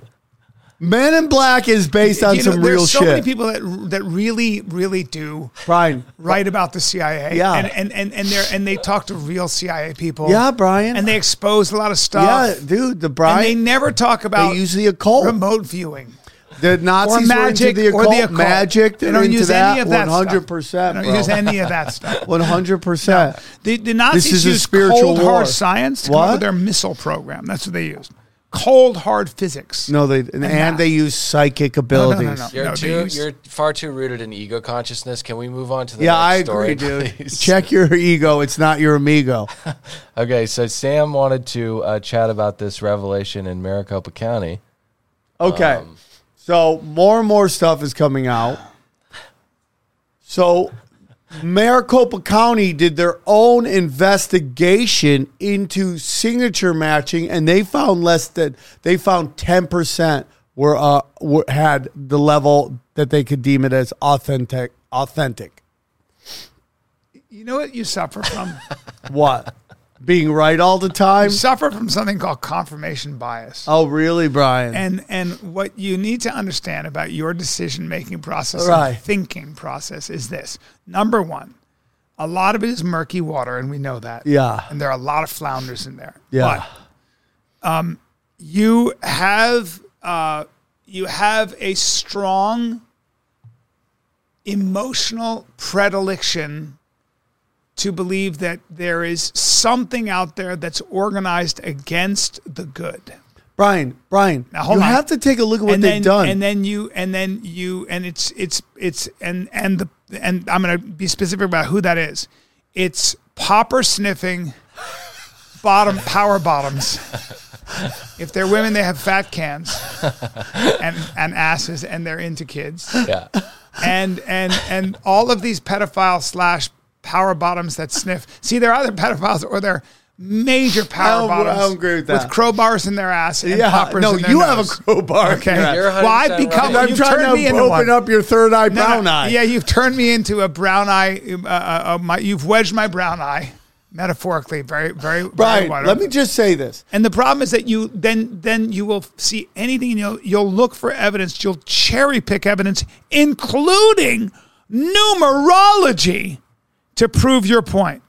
[SPEAKER 7] Men in Black is based on
[SPEAKER 2] You know,
[SPEAKER 7] some
[SPEAKER 2] there's
[SPEAKER 7] real
[SPEAKER 2] so
[SPEAKER 7] shit.
[SPEAKER 2] many people that that really, really do
[SPEAKER 7] Brian,
[SPEAKER 2] write about the CIA.
[SPEAKER 7] Yeah.
[SPEAKER 2] and and and and, they're, and they talk to real CIA people.
[SPEAKER 7] Yeah, Brian.
[SPEAKER 2] and they expose a lot of stuff.
[SPEAKER 7] yeah, dude, the
[SPEAKER 2] and they
[SPEAKER 7] Brian.
[SPEAKER 2] never talk about
[SPEAKER 7] use the occult.
[SPEAKER 2] remote viewing.
[SPEAKER 7] The
[SPEAKER 2] or
[SPEAKER 7] Nazis
[SPEAKER 2] magic
[SPEAKER 7] were into the occult,
[SPEAKER 2] or the occult.
[SPEAKER 7] magic.
[SPEAKER 2] They
[SPEAKER 7] They're
[SPEAKER 2] don't
[SPEAKER 7] into
[SPEAKER 2] use
[SPEAKER 7] that,
[SPEAKER 2] any of that. stuff.
[SPEAKER 7] 100%,
[SPEAKER 2] They
[SPEAKER 7] bro.
[SPEAKER 2] don't use any of that stuff.
[SPEAKER 7] One hundred percent.
[SPEAKER 2] The, the Nazis
[SPEAKER 7] is a
[SPEAKER 2] used
[SPEAKER 7] spiritual
[SPEAKER 2] cold
[SPEAKER 7] war.
[SPEAKER 2] hard science to come
[SPEAKER 7] What?
[SPEAKER 2] up with their missile program. That's what they used. cold hard physics.
[SPEAKER 7] No, they and,
[SPEAKER 2] math.
[SPEAKER 7] they use psychic
[SPEAKER 2] no, no,
[SPEAKER 7] abilities.
[SPEAKER 2] no.
[SPEAKER 6] You're
[SPEAKER 2] they
[SPEAKER 6] too.
[SPEAKER 2] use-
[SPEAKER 6] You're far too rooted in ego consciousness. Can we move on to the
[SPEAKER 7] Yeah,
[SPEAKER 6] next
[SPEAKER 7] I
[SPEAKER 6] story,
[SPEAKER 7] agree, dude.
[SPEAKER 6] please?
[SPEAKER 7] Check your ego. It's not your amigo.
[SPEAKER 6] Okay, so Sam wanted to uh, chat about this revelation in Maricopa County.
[SPEAKER 7] Okay.
[SPEAKER 2] Um,
[SPEAKER 7] so more and more stuff is coming out. So Maricopa County did their own investigation into signature matching, and they found less than they found ten percent were uh were, had the level that they could deem it as authentic. Authentic.
[SPEAKER 2] You know what you suffer from?
[SPEAKER 7] What? Being right all the time?
[SPEAKER 2] you suffer from something called confirmation bias.
[SPEAKER 7] Oh, really, Brian?
[SPEAKER 2] And and what you need to understand about your decision making process
[SPEAKER 7] Right.
[SPEAKER 2] and thinking process is this. Number one, a lot of it is murky water, and we know that.
[SPEAKER 7] Yeah.
[SPEAKER 2] And there are a lot of flounders in there.
[SPEAKER 7] Yeah.
[SPEAKER 2] But you have uh, you have a strong emotional predilection to believe that there is something out there that's organized against the good.
[SPEAKER 7] Brian, Brian,
[SPEAKER 2] Now, hold
[SPEAKER 7] you
[SPEAKER 2] on.
[SPEAKER 7] have to take a look at what
[SPEAKER 2] and
[SPEAKER 7] they've
[SPEAKER 2] then,
[SPEAKER 7] done.
[SPEAKER 2] And then you and then you and it's it's it's and and the and I'm gonna be specific about who that is. It's popper sniffing bottom power bottoms. If they're women, they have fat cans and, and asses, and they're into kids.
[SPEAKER 6] Yeah.
[SPEAKER 2] And and and all of these pedophile slash power bottoms that sniff. See, they're either pedophiles or they're major
[SPEAKER 7] I
[SPEAKER 2] power
[SPEAKER 7] don't- I
[SPEAKER 2] bottoms.
[SPEAKER 7] don't agree with that.
[SPEAKER 2] crowbars in their ass and
[SPEAKER 7] Yeah,
[SPEAKER 2] poppers.
[SPEAKER 7] no,
[SPEAKER 2] in their
[SPEAKER 7] you have a
[SPEAKER 2] nose.
[SPEAKER 7] crowbar in
[SPEAKER 2] Okay,
[SPEAKER 7] your ass.
[SPEAKER 6] You're
[SPEAKER 2] well, I've
[SPEAKER 6] 100%
[SPEAKER 2] become.
[SPEAKER 6] right.
[SPEAKER 7] I'm
[SPEAKER 2] You've
[SPEAKER 7] trying
[SPEAKER 2] turned
[SPEAKER 7] to
[SPEAKER 2] me into
[SPEAKER 7] open
[SPEAKER 2] one.
[SPEAKER 7] up your third eye,
[SPEAKER 2] No, no,
[SPEAKER 7] brown eye.
[SPEAKER 2] Yeah, you've turned me into a brown eye. Uh, uh, uh, my, you've wedged my brown eye, metaphorically. Very, very. very
[SPEAKER 7] Brian,
[SPEAKER 2] wide
[SPEAKER 7] let
[SPEAKER 2] open.
[SPEAKER 7] me just say this.
[SPEAKER 2] And the problem is that you then then you will see anything. and You'll you'll look for evidence. You'll cherry pick evidence, including numerology, to prove your point.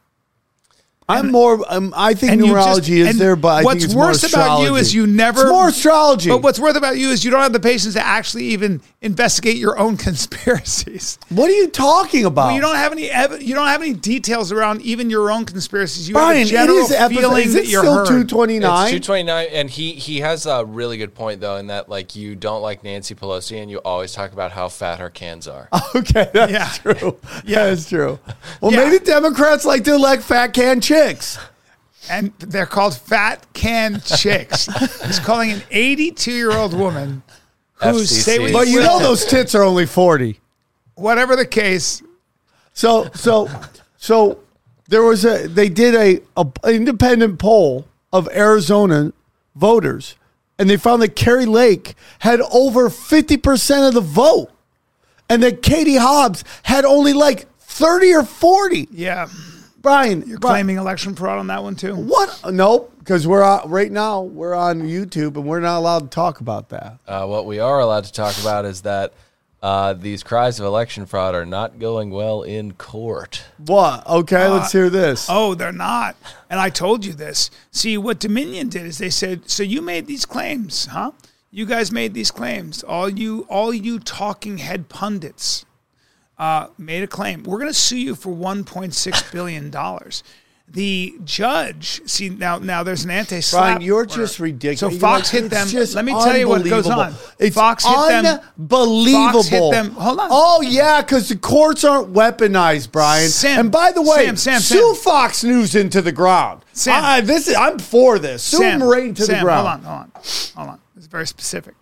[SPEAKER 7] I'm more. Um, I think
[SPEAKER 2] And you just-
[SPEAKER 7] numerology is
[SPEAKER 2] and
[SPEAKER 7] there, but I
[SPEAKER 2] what's
[SPEAKER 7] think it's
[SPEAKER 2] worse
[SPEAKER 7] more
[SPEAKER 2] about you
[SPEAKER 7] astrology.
[SPEAKER 2] is you never
[SPEAKER 7] It's more astrology.
[SPEAKER 2] But what's worse about you is you don't have the patience to actually even investigate your own conspiracies.
[SPEAKER 7] what are you talking about?
[SPEAKER 2] Well, you don't have any ev- you don't have any details around even your own conspiracies. You
[SPEAKER 7] Brian,
[SPEAKER 2] have a
[SPEAKER 7] it
[SPEAKER 2] general
[SPEAKER 7] is episode.
[SPEAKER 2] feeling
[SPEAKER 7] is
[SPEAKER 2] that
[SPEAKER 7] it
[SPEAKER 2] you're
[SPEAKER 7] still
[SPEAKER 2] heard.
[SPEAKER 7] two
[SPEAKER 6] It's
[SPEAKER 7] twenty nine?
[SPEAKER 6] 229, and he he has a really good point though, in that like you don't like Nancy Pelosi, and you always talk about how fat her cans are.
[SPEAKER 7] Okay, that's
[SPEAKER 2] Yeah.
[SPEAKER 7] true. Yeah, that's true. Well,
[SPEAKER 2] Yeah.
[SPEAKER 7] maybe Democrats like to elect fat can chicks.
[SPEAKER 2] and they're called fat can chicks. He's calling an 82 year old woman who
[SPEAKER 6] FCC.
[SPEAKER 2] say what
[SPEAKER 7] But you
[SPEAKER 2] will,
[SPEAKER 7] know those tits are only forty.
[SPEAKER 2] whatever the case.
[SPEAKER 7] So so so there was a they did a, a independent poll of Arizona voters and they found that Carrie Lake had over 50% of the vote and that Katie Hobbs had only like 30 or 40.
[SPEAKER 2] Yeah,
[SPEAKER 7] Brian,
[SPEAKER 2] you're
[SPEAKER 7] Brian,
[SPEAKER 2] claiming election fraud on that one too.
[SPEAKER 7] what? Nope, because we're on, right now we're on YouTube and we're not allowed to talk about that.
[SPEAKER 6] Uh, what we are allowed to talk about is that uh, these cries of election fraud are not going well in court.
[SPEAKER 7] What? Okay, let's hear this.
[SPEAKER 2] Oh, they're not. And I told you this. See, what Dominion did is they said, "So you made these claims, huh? You guys made these claims. All you, all you talking head pundits, uh, made a claim. We're going to sue you for 1.6 billion dollars." The judge, see now, now there's an anti-slap.
[SPEAKER 7] Brian, you're
[SPEAKER 2] order.
[SPEAKER 7] just ridiculous.
[SPEAKER 2] So
[SPEAKER 7] You're
[SPEAKER 2] Fox hit
[SPEAKER 7] like, it's
[SPEAKER 2] them.
[SPEAKER 7] just
[SPEAKER 2] Let me tell you what goes
[SPEAKER 7] unbelievable.
[SPEAKER 2] on.
[SPEAKER 7] It's
[SPEAKER 2] Fox hit them.
[SPEAKER 7] unbelievable.
[SPEAKER 2] Fox hit them. Hold on.
[SPEAKER 7] Oh yeah, because the courts aren't weaponized, Brian.
[SPEAKER 2] Sam,
[SPEAKER 7] and by the way,
[SPEAKER 2] Sam, Sam,
[SPEAKER 7] sue
[SPEAKER 2] Sam.
[SPEAKER 7] Fox News into the ground.
[SPEAKER 2] Sam.
[SPEAKER 7] I, this is, I'm for this. Sue
[SPEAKER 2] Sam,
[SPEAKER 7] Moraine to
[SPEAKER 2] Sam,
[SPEAKER 7] the ground.
[SPEAKER 2] Hold on, hold on, hold on. It's very specific.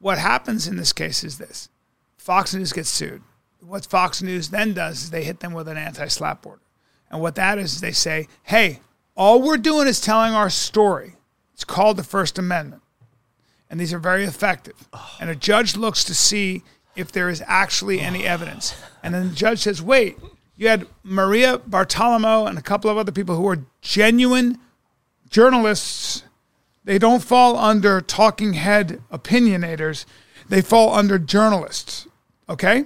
[SPEAKER 2] What happens in this case is this: Fox News gets sued. What Fox News then does is they hit them with an anti-slap order, and what that is is they say, "Hey, all we're doing is telling our story. It's called the First Amendment, and these are very effective." And a judge looks to see if there is actually any evidence, and then the judge says, "Wait." You had Maria Bartolomo and a couple of other people who are genuine journalists they don't fall under talking head opinionators they fall under journalists okay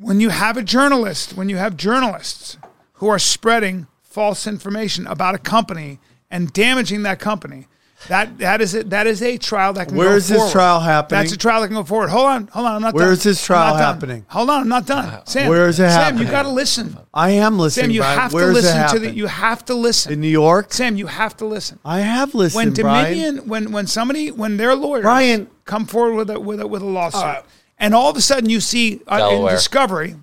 [SPEAKER 2] when you have a journalist when you have journalists who are spreading false information about a company and damaging that company That that is it. That is a trial that can.
[SPEAKER 7] Where
[SPEAKER 2] go
[SPEAKER 7] is this
[SPEAKER 2] forward.
[SPEAKER 7] trial happening?
[SPEAKER 2] That's a trial that can go forward. Hold on, hold on. I'm not.
[SPEAKER 7] Where
[SPEAKER 2] done.
[SPEAKER 7] is this
[SPEAKER 2] I'm
[SPEAKER 7] trial
[SPEAKER 2] not done.
[SPEAKER 7] happening? Uh,
[SPEAKER 2] Hold on, I'm not done. Sam,
[SPEAKER 7] Where is it
[SPEAKER 2] Sam,
[SPEAKER 7] happening?
[SPEAKER 2] you got to listen.
[SPEAKER 7] I am listening.
[SPEAKER 2] Sam, you
[SPEAKER 7] Brian.
[SPEAKER 2] have
[SPEAKER 7] Where
[SPEAKER 2] to
[SPEAKER 7] does it
[SPEAKER 2] listen to the.
[SPEAKER 7] happen?
[SPEAKER 2] You have to listen.
[SPEAKER 7] in New York.
[SPEAKER 2] Sam, you have to listen.
[SPEAKER 7] I have listened.
[SPEAKER 2] when
[SPEAKER 7] Brian.
[SPEAKER 2] Dominion, when when somebody, when their lawyers
[SPEAKER 7] Brian.
[SPEAKER 2] come forward with a with a, with a lawsuit, and all of a sudden you see uh, in
[SPEAKER 6] Delaware.
[SPEAKER 2] discovery,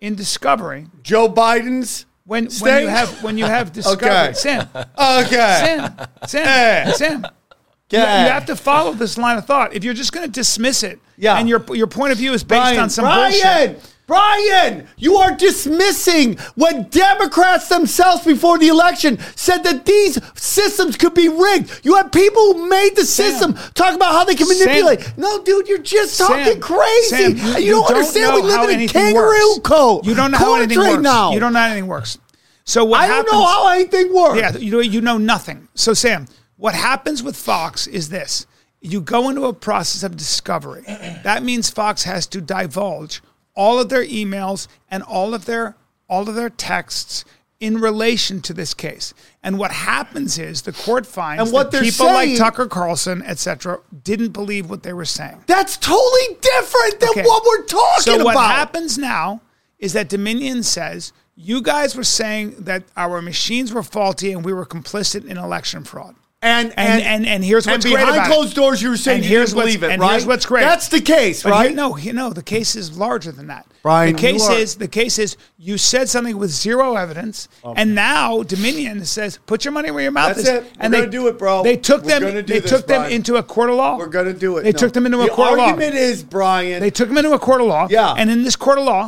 [SPEAKER 2] in discovery,
[SPEAKER 7] Joe Biden's
[SPEAKER 2] when when
[SPEAKER 7] State?
[SPEAKER 2] you have when you have discovery,
[SPEAKER 7] Okay.
[SPEAKER 2] Sam,
[SPEAKER 7] okay.
[SPEAKER 2] Sam, Sam, Sam. You,
[SPEAKER 7] Yeah.
[SPEAKER 2] you have to follow this line of thought. If you're just going to dismiss it,
[SPEAKER 7] Yeah.
[SPEAKER 2] and your your point of view is based
[SPEAKER 7] Brian,
[SPEAKER 2] on some bullshit.
[SPEAKER 7] Brian, Brian, you are dismissing when Democrats themselves before the election said that these systems could be rigged. You have people who made the system talk about how they can
[SPEAKER 2] Sam.
[SPEAKER 7] manipulate. no, dude, you're just
[SPEAKER 2] Sam,
[SPEAKER 7] talking crazy.
[SPEAKER 2] Sam,
[SPEAKER 7] And you, don't, understand. We
[SPEAKER 2] know how
[SPEAKER 7] live in a
[SPEAKER 2] anything
[SPEAKER 7] kangaroo
[SPEAKER 2] works.
[SPEAKER 7] coat.
[SPEAKER 2] You don't know how
[SPEAKER 7] court
[SPEAKER 2] anything
[SPEAKER 7] right
[SPEAKER 2] works.
[SPEAKER 7] now.
[SPEAKER 2] You don't know how anything works. So what
[SPEAKER 7] I don't
[SPEAKER 2] happens,
[SPEAKER 7] know how anything works.
[SPEAKER 2] Yeah, you know, you know nothing. So Sam, what happens with Fox is this: you go into a process of discovery. That means Fox has to divulge all of their emails and all of their all of their texts in relation to this case. And what happens is the court finds
[SPEAKER 7] And what
[SPEAKER 2] that
[SPEAKER 7] they're
[SPEAKER 2] people like
[SPEAKER 7] saying-
[SPEAKER 2] Tucker Carlson, et cetera, didn't believe what they were saying.
[SPEAKER 7] That's totally different than
[SPEAKER 2] Okay.
[SPEAKER 7] what we're talking
[SPEAKER 2] So what
[SPEAKER 7] about.
[SPEAKER 2] happens now is that Dominion says you guys were saying that our machines were faulty and we were complicit in election fraud.
[SPEAKER 7] And
[SPEAKER 2] And and and here's what's
[SPEAKER 7] and
[SPEAKER 2] great
[SPEAKER 7] behind
[SPEAKER 2] about it.
[SPEAKER 7] closed doors, you were saying
[SPEAKER 2] And
[SPEAKER 7] you
[SPEAKER 2] here's
[SPEAKER 7] didn't
[SPEAKER 2] what's-
[SPEAKER 7] believe it,
[SPEAKER 2] and
[SPEAKER 7] right?
[SPEAKER 2] here's what's great.
[SPEAKER 7] That's the case,
[SPEAKER 2] But
[SPEAKER 7] right?
[SPEAKER 2] Here, no, here, no. The case is larger than that.
[SPEAKER 7] Brian,
[SPEAKER 2] the case
[SPEAKER 7] you are-
[SPEAKER 2] is the case is you said something with zero evidence, and now Dominion says put your money where your mouth
[SPEAKER 7] That's
[SPEAKER 2] is.
[SPEAKER 7] it. We're
[SPEAKER 2] And
[SPEAKER 7] gonna do it, bro.
[SPEAKER 2] They took
[SPEAKER 7] We're
[SPEAKER 2] them.
[SPEAKER 7] gonna do
[SPEAKER 2] they
[SPEAKER 7] this,
[SPEAKER 2] took them
[SPEAKER 7] Brian.
[SPEAKER 2] into a court of law.
[SPEAKER 7] We're gonna do it.
[SPEAKER 2] They
[SPEAKER 7] No.
[SPEAKER 2] took them into a
[SPEAKER 7] the
[SPEAKER 2] court of law.
[SPEAKER 7] argument is, Brian,
[SPEAKER 2] They took him into a court of law.
[SPEAKER 7] Yeah.
[SPEAKER 2] And in this court of law,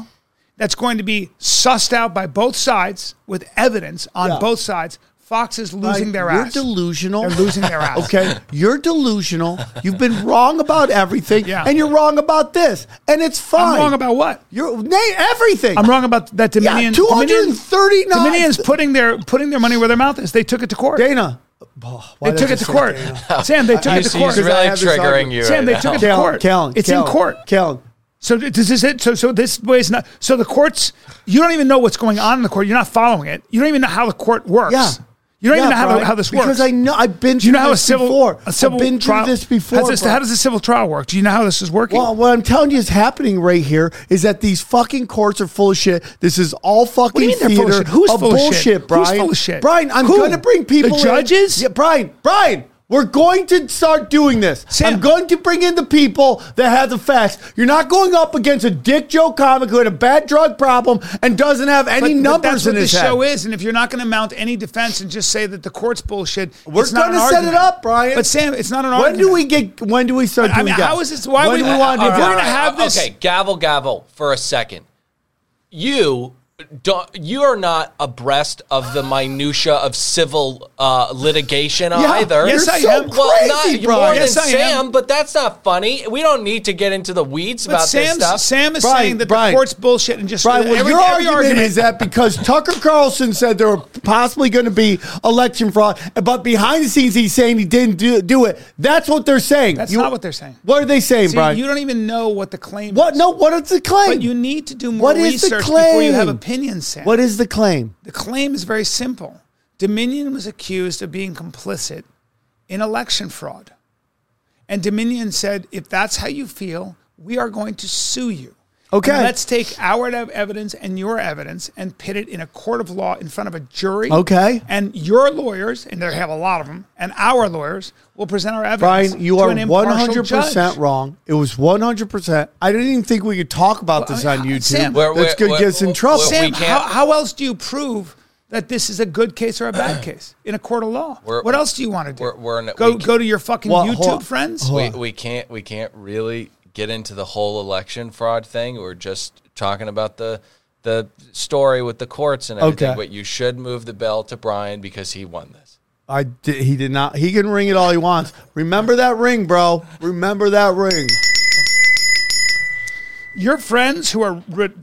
[SPEAKER 2] that's going to be sussed out by both sides with evidence on
[SPEAKER 7] Yeah.
[SPEAKER 2] both sides. Fox is losing
[SPEAKER 7] Like,
[SPEAKER 2] their
[SPEAKER 7] you're
[SPEAKER 2] ass.
[SPEAKER 7] delusional.
[SPEAKER 2] They're losing their ass.
[SPEAKER 7] Okay, you're delusional. You've been wrong about everything,
[SPEAKER 2] Yeah.
[SPEAKER 7] and you're wrong about this, and it's fine.
[SPEAKER 2] I'm wrong about what?
[SPEAKER 7] you're name everything.
[SPEAKER 2] I'm wrong about that Dominion.
[SPEAKER 7] Yeah, 239
[SPEAKER 2] Dominion's putting their putting their money where their mouth is. They took it to court.
[SPEAKER 7] Dana. Oh, why
[SPEAKER 2] they
[SPEAKER 7] did I
[SPEAKER 2] took it to
[SPEAKER 7] just say
[SPEAKER 2] court.
[SPEAKER 7] Dana?
[SPEAKER 2] Sam, they took it to
[SPEAKER 6] He's,
[SPEAKER 2] court.
[SPEAKER 6] he's
[SPEAKER 7] I
[SPEAKER 6] really
[SPEAKER 7] have this argument.
[SPEAKER 6] triggering you.
[SPEAKER 2] Sam,
[SPEAKER 6] right
[SPEAKER 2] they
[SPEAKER 6] now.
[SPEAKER 2] took it to
[SPEAKER 7] Kellen,
[SPEAKER 2] court.
[SPEAKER 7] Kellen,
[SPEAKER 2] it's
[SPEAKER 7] Kellen,
[SPEAKER 2] in court.
[SPEAKER 7] Kellen,
[SPEAKER 2] So does this it? So so this way is not. So the courts, you don't even know what's going on in the court. You're not following it. You don't even know how the court works.
[SPEAKER 7] Yeah.
[SPEAKER 2] You don't
[SPEAKER 7] Yeah,
[SPEAKER 2] even know how, the,
[SPEAKER 7] Brian,
[SPEAKER 2] how this works.
[SPEAKER 7] Because I know I've been.
[SPEAKER 2] Do you know
[SPEAKER 7] through
[SPEAKER 2] how a
[SPEAKER 7] this
[SPEAKER 2] civil
[SPEAKER 7] before.
[SPEAKER 2] a civil
[SPEAKER 7] I've been
[SPEAKER 2] trial,
[SPEAKER 7] through this before.
[SPEAKER 2] How's this,
[SPEAKER 7] Brian.
[SPEAKER 2] how does the civil trial work? Do you know how this is working?
[SPEAKER 7] Well, what I'm telling you is happening right here is that these fucking courts are full of shit. This is all fucking
[SPEAKER 2] do you mean they're full
[SPEAKER 7] theater
[SPEAKER 2] of shit? Who's
[SPEAKER 7] of
[SPEAKER 2] full of shit?
[SPEAKER 7] bullshit,
[SPEAKER 2] Who's
[SPEAKER 7] Brian.
[SPEAKER 2] full of shit?
[SPEAKER 7] Brian, I'm
[SPEAKER 2] Who?
[SPEAKER 7] going to bring people.
[SPEAKER 2] The
[SPEAKER 7] in.
[SPEAKER 2] judges?
[SPEAKER 7] Yeah, Brian. Brian. We're going to start doing this.
[SPEAKER 2] Sam.
[SPEAKER 7] I'm going to bring in the people that have the facts. You're not going up against a dick Joe comic who had a bad drug problem and doesn't have
[SPEAKER 2] But-
[SPEAKER 7] any
[SPEAKER 2] but
[SPEAKER 7] numbers
[SPEAKER 2] that's what
[SPEAKER 7] in his
[SPEAKER 2] this
[SPEAKER 7] head.
[SPEAKER 2] show is, and if you're not going to mount any defense and just say that the court's bullshit,
[SPEAKER 7] We're
[SPEAKER 2] it's not
[SPEAKER 7] going to
[SPEAKER 2] an
[SPEAKER 7] set
[SPEAKER 2] argument.
[SPEAKER 7] it up, Brian.
[SPEAKER 2] But Sam, it's not an
[SPEAKER 7] When
[SPEAKER 2] argument.
[SPEAKER 7] do we get? When do we start
[SPEAKER 2] I
[SPEAKER 7] doing
[SPEAKER 2] mean,
[SPEAKER 7] that?
[SPEAKER 2] how is this? Why
[SPEAKER 7] when
[SPEAKER 2] we-
[SPEAKER 7] do we want to
[SPEAKER 6] Uh, All right,
[SPEAKER 7] do that?
[SPEAKER 6] all
[SPEAKER 2] gonna
[SPEAKER 6] right,
[SPEAKER 2] have this-
[SPEAKER 6] Okay, gavel, gavel for a second. You don't. You are not abreast of the minutia of civil uh, litigation
[SPEAKER 7] Yeah,
[SPEAKER 6] either.
[SPEAKER 7] yes,
[SPEAKER 2] I
[SPEAKER 6] Well,
[SPEAKER 2] am.
[SPEAKER 7] Crazy,
[SPEAKER 6] not more
[SPEAKER 7] Brian.
[SPEAKER 6] than
[SPEAKER 2] Yes, I
[SPEAKER 6] Sam,
[SPEAKER 2] am.
[SPEAKER 6] but that's not funny. We don't need to get into the weeds
[SPEAKER 2] But
[SPEAKER 6] about
[SPEAKER 2] Sam's,
[SPEAKER 6] this stuff.
[SPEAKER 2] Sam is
[SPEAKER 7] Brian,
[SPEAKER 2] saying that
[SPEAKER 7] Brian.
[SPEAKER 2] the court's bullshit and just
[SPEAKER 7] Brian, well,
[SPEAKER 2] every,
[SPEAKER 7] your
[SPEAKER 2] every
[SPEAKER 7] argument, is that because Tucker Carlson said there were possibly going to be election fraud, but behind the scenes he's saying he didn't do, do it. That's what they're saying.
[SPEAKER 2] That's
[SPEAKER 7] You-
[SPEAKER 2] not what they're saying.
[SPEAKER 7] What are they saying,
[SPEAKER 2] See,
[SPEAKER 7] Brian?
[SPEAKER 2] you don't even know what the claim.
[SPEAKER 7] what?
[SPEAKER 2] Is.
[SPEAKER 7] No. What is the claim?
[SPEAKER 2] But you need to do more
[SPEAKER 7] What is the
[SPEAKER 2] research before you have
[SPEAKER 7] claim?
[SPEAKER 2] opinions, Sam.
[SPEAKER 7] What is the claim?
[SPEAKER 2] The claim is very simple. Dominion was accused of being complicit in election fraud. And Dominion said, if that's how you feel, we are going to sue you.
[SPEAKER 7] Okay.
[SPEAKER 2] And let's take our ev- evidence and your evidence and pit it in a court of law in front of a jury.
[SPEAKER 7] Okay.
[SPEAKER 2] And your lawyers, and there have a lot of them, and our lawyers will present our evidence.
[SPEAKER 7] Brian, you
[SPEAKER 2] to
[SPEAKER 7] are
[SPEAKER 2] an impartial
[SPEAKER 7] 100%
[SPEAKER 2] judge.
[SPEAKER 7] wrong. It was 100%. I didn't even think we could talk about this
[SPEAKER 2] Well, I-
[SPEAKER 7] on YouTube.
[SPEAKER 2] Sam-
[SPEAKER 6] We're-
[SPEAKER 7] That's
[SPEAKER 6] we're-
[SPEAKER 7] going to get us in
[SPEAKER 6] we're-
[SPEAKER 7] trouble.
[SPEAKER 6] we're-
[SPEAKER 2] Sam,
[SPEAKER 6] we can't-
[SPEAKER 2] how, how else do you prove that this is a good case or a bad case in a court of law?
[SPEAKER 6] We're-
[SPEAKER 2] what else do you want to do?
[SPEAKER 6] we're- we're in-
[SPEAKER 2] go
[SPEAKER 6] we-
[SPEAKER 2] go to your fucking
[SPEAKER 7] Well, hold on.
[SPEAKER 2] YouTube friends.
[SPEAKER 6] we, we can't we can't really get into the whole election fraud thing. We're just talking about the the story with the courts and everything.
[SPEAKER 7] Okay.
[SPEAKER 6] But you should move the bell to Brian because he won this.
[SPEAKER 7] I did, he did not. He can ring it all he wants. Remember that ring, bro. Remember that ring.
[SPEAKER 2] Your friends who are retarded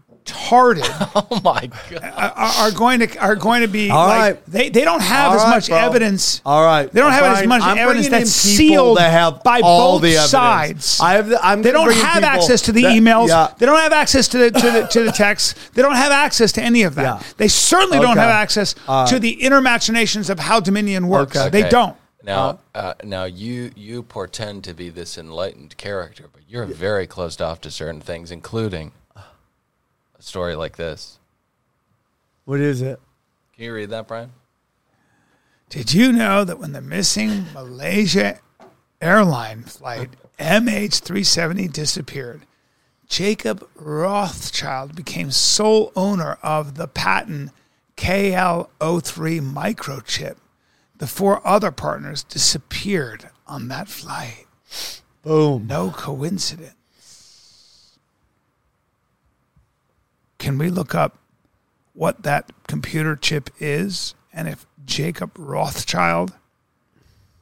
[SPEAKER 6] Oh my god!
[SPEAKER 2] are, are going to are going to be
[SPEAKER 7] All
[SPEAKER 2] like
[SPEAKER 7] right.
[SPEAKER 2] they they don't have
[SPEAKER 7] All
[SPEAKER 2] as
[SPEAKER 7] right,
[SPEAKER 2] much
[SPEAKER 7] bro.
[SPEAKER 2] evidence.
[SPEAKER 7] All right,
[SPEAKER 2] they don't have as
[SPEAKER 7] Brian,
[SPEAKER 2] much
[SPEAKER 7] I'm
[SPEAKER 2] evidence
[SPEAKER 7] bringing
[SPEAKER 2] that's
[SPEAKER 7] in people
[SPEAKER 2] sealed
[SPEAKER 7] that have
[SPEAKER 2] by
[SPEAKER 7] all
[SPEAKER 2] both
[SPEAKER 7] the evidence.
[SPEAKER 2] sides.
[SPEAKER 7] I have. The, I'm
[SPEAKER 2] they
[SPEAKER 7] gonna
[SPEAKER 2] don't
[SPEAKER 7] bring in
[SPEAKER 2] have
[SPEAKER 7] people
[SPEAKER 2] access to the
[SPEAKER 7] that-
[SPEAKER 2] emails.
[SPEAKER 7] Yeah.
[SPEAKER 2] They don't have access to the to the to the texts. They don't have access to any of that.
[SPEAKER 7] Yeah.
[SPEAKER 2] They certainly don't
[SPEAKER 7] Okay.
[SPEAKER 2] have access
[SPEAKER 7] All right.
[SPEAKER 2] to the inner machinations of how Dominion works.
[SPEAKER 7] Okay.
[SPEAKER 2] They don't.
[SPEAKER 6] Now, uh, now you you portend to be this enlightened character, but you're very closed off to certain things, including a story like this.
[SPEAKER 7] What is it?
[SPEAKER 6] Can you read that, Brian?
[SPEAKER 2] Did you know that when the missing Malaysia airline flight MH370 disappeared, Jacob Rothschild became sole owner of the patent KL03 microchip? The four other partners disappeared on that flight.
[SPEAKER 7] Boom.
[SPEAKER 2] No coincidence. Can we look up what that computer chip is and if Jacob Rothschild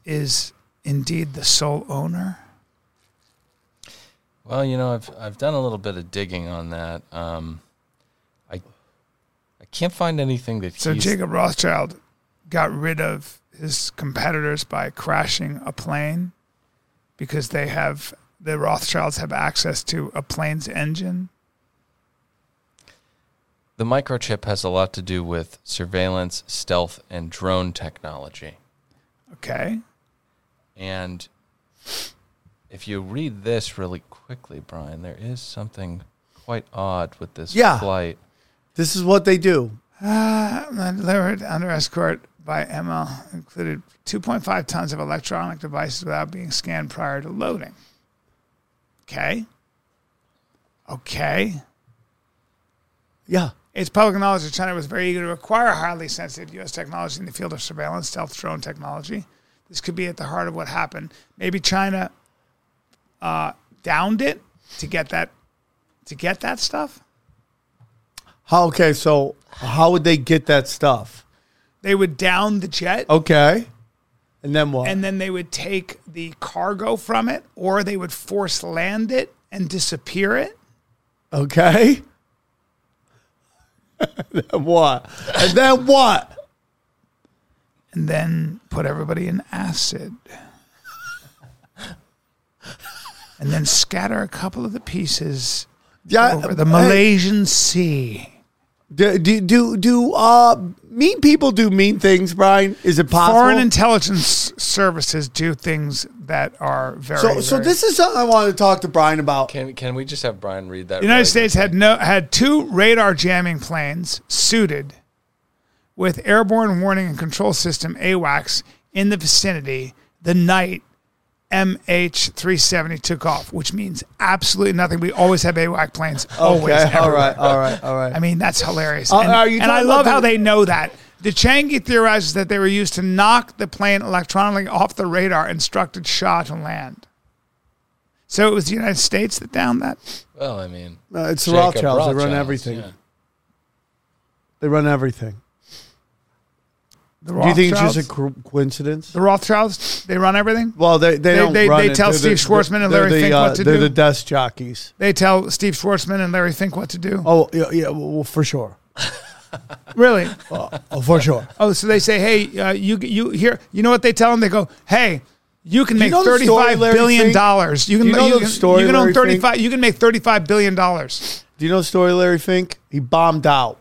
[SPEAKER 2] is indeed the sole owner?
[SPEAKER 6] Well, you know, I've I've done a little bit of digging on that. Um, I I can't find anything that
[SPEAKER 2] So
[SPEAKER 6] he's,
[SPEAKER 2] Jacob Rothschild got rid of his competitors by crashing a plane because they have the Rothschilds have access to a plane's engine.
[SPEAKER 6] the microchip has a lot to do with surveillance, stealth, and drone technology.
[SPEAKER 2] Okay.
[SPEAKER 6] And if you read this really quickly, Brian, there is something quite odd with this
[SPEAKER 7] Yeah.
[SPEAKER 6] flight.
[SPEAKER 7] This is what they do.
[SPEAKER 2] Uh, delivered under escort by ML included 2.5 tons of electronic devices without being scanned prior to loading. Okay. Okay.
[SPEAKER 7] Yeah.
[SPEAKER 2] It's public knowledge that China was very eager to acquire highly sensitive U.S. technology in the field of surveillance, stealth drone technology. This could be at the heart of what happened. Maybe China uh, downed it to get that to get that stuff.
[SPEAKER 7] How, okay, so how would they get that stuff?
[SPEAKER 2] They would down the jet,
[SPEAKER 7] Okay. And then what?
[SPEAKER 2] and then they would take the cargo from it, or they would force land it and disappear it.
[SPEAKER 7] okay. then what? And then what?
[SPEAKER 2] and then put everybody in acid. and then scatter a couple of the pieces
[SPEAKER 7] Yeah, um,
[SPEAKER 2] over the
[SPEAKER 7] hey,
[SPEAKER 2] Malaysian Sea.
[SPEAKER 7] Do, do do do uh mean people do mean things, Brian? Is it possible?
[SPEAKER 2] Foreign intelligence services do things that are very.
[SPEAKER 7] so so
[SPEAKER 2] very-
[SPEAKER 7] this is something I wanted to talk to Brian about.
[SPEAKER 6] Can can we just have Brian read that?
[SPEAKER 2] The United
[SPEAKER 6] really
[SPEAKER 2] States had no had two radar jamming planes suited with airborne warning and control system AWACS in the vicinity the night MH370 took off, which means absolutely nothing. We always have AWAC planes. Always.
[SPEAKER 7] Okay, all
[SPEAKER 2] everywhere.
[SPEAKER 7] right, all right, all right.
[SPEAKER 2] I mean, that's hilarious.
[SPEAKER 7] Uh,
[SPEAKER 2] and
[SPEAKER 7] are you
[SPEAKER 2] and I
[SPEAKER 7] talking
[SPEAKER 2] love
[SPEAKER 7] about
[SPEAKER 2] how
[SPEAKER 7] the-
[SPEAKER 2] they know that. The Changi theorizes that they were used to knock the plane electronically off the radar and instructed Shaw to land. So it was the United States that downed that?
[SPEAKER 6] Well, I mean,
[SPEAKER 7] Uh, it's the
[SPEAKER 6] Jacob
[SPEAKER 7] Rothschilds. They run
[SPEAKER 6] Rothschilds,
[SPEAKER 7] everything.
[SPEAKER 6] yeah.
[SPEAKER 7] They run everything.
[SPEAKER 2] The
[SPEAKER 7] Do you think it's just a
[SPEAKER 2] Rothschilds?
[SPEAKER 7] co- coincidence?
[SPEAKER 2] The Rothschilds, they run everything.
[SPEAKER 7] Well, they they,
[SPEAKER 2] They-
[SPEAKER 7] don't
[SPEAKER 2] they-
[SPEAKER 7] run
[SPEAKER 2] they
[SPEAKER 7] it.
[SPEAKER 2] tell
[SPEAKER 7] They're
[SPEAKER 2] Steve Schwarzman and
[SPEAKER 7] they're
[SPEAKER 2] Larry
[SPEAKER 7] the, uh,
[SPEAKER 2] Fink what to
[SPEAKER 7] They're
[SPEAKER 2] do?
[SPEAKER 7] the desk jockeys.
[SPEAKER 2] They tell Steve Schwartzman and Larry Fink what to do.
[SPEAKER 7] Oh yeah, yeah well, for sure,
[SPEAKER 2] Really?
[SPEAKER 7] oh, for sure.
[SPEAKER 2] Oh, so they say, hey, uh, you you here? You know what they tell him? They go, hey, you can make
[SPEAKER 7] know the
[SPEAKER 2] thirty
[SPEAKER 7] story,
[SPEAKER 2] five
[SPEAKER 7] Larry
[SPEAKER 2] billion
[SPEAKER 7] Fink?
[SPEAKER 2] dollars. You can
[SPEAKER 7] Do you know the
[SPEAKER 2] can,
[SPEAKER 7] story,
[SPEAKER 2] you can own
[SPEAKER 7] Larry
[SPEAKER 2] thirty
[SPEAKER 7] Fink?
[SPEAKER 2] five. You can make thirty five billion dollars.
[SPEAKER 7] Do you know the story, of Larry Fink? He bombed out,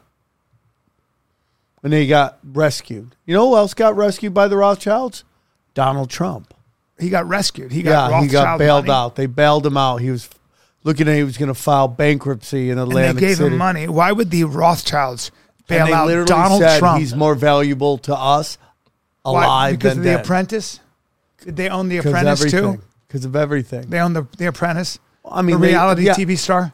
[SPEAKER 7] and then he got rescued. You know who else got rescued by the Rothschilds? Donald Trump.
[SPEAKER 2] He got rescued. He got
[SPEAKER 7] Yeah, he got
[SPEAKER 2] Rothschild
[SPEAKER 7] bailed
[SPEAKER 2] money,
[SPEAKER 7] out. They bailed him out. He was looking at he was going to file bankruptcy in
[SPEAKER 2] and
[SPEAKER 7] Atlantic
[SPEAKER 2] they gave
[SPEAKER 7] City.
[SPEAKER 2] him money. Why would the Rothschilds
[SPEAKER 7] And
[SPEAKER 2] bail
[SPEAKER 7] they
[SPEAKER 2] out
[SPEAKER 7] literally
[SPEAKER 2] Donald
[SPEAKER 7] said
[SPEAKER 2] Trump?
[SPEAKER 7] he's more valuable to us
[SPEAKER 2] Why?
[SPEAKER 7] alive
[SPEAKER 2] because
[SPEAKER 7] than
[SPEAKER 2] of the
[SPEAKER 7] dead.
[SPEAKER 2] Apprentice. Did they own the
[SPEAKER 7] 'Cause
[SPEAKER 2] Apprentice
[SPEAKER 7] everything.
[SPEAKER 2] too?
[SPEAKER 7] Because of everything.
[SPEAKER 2] They own the the Apprentice.
[SPEAKER 7] I mean,
[SPEAKER 2] the
[SPEAKER 7] they-
[SPEAKER 2] reality
[SPEAKER 7] yeah.
[SPEAKER 2] TV star.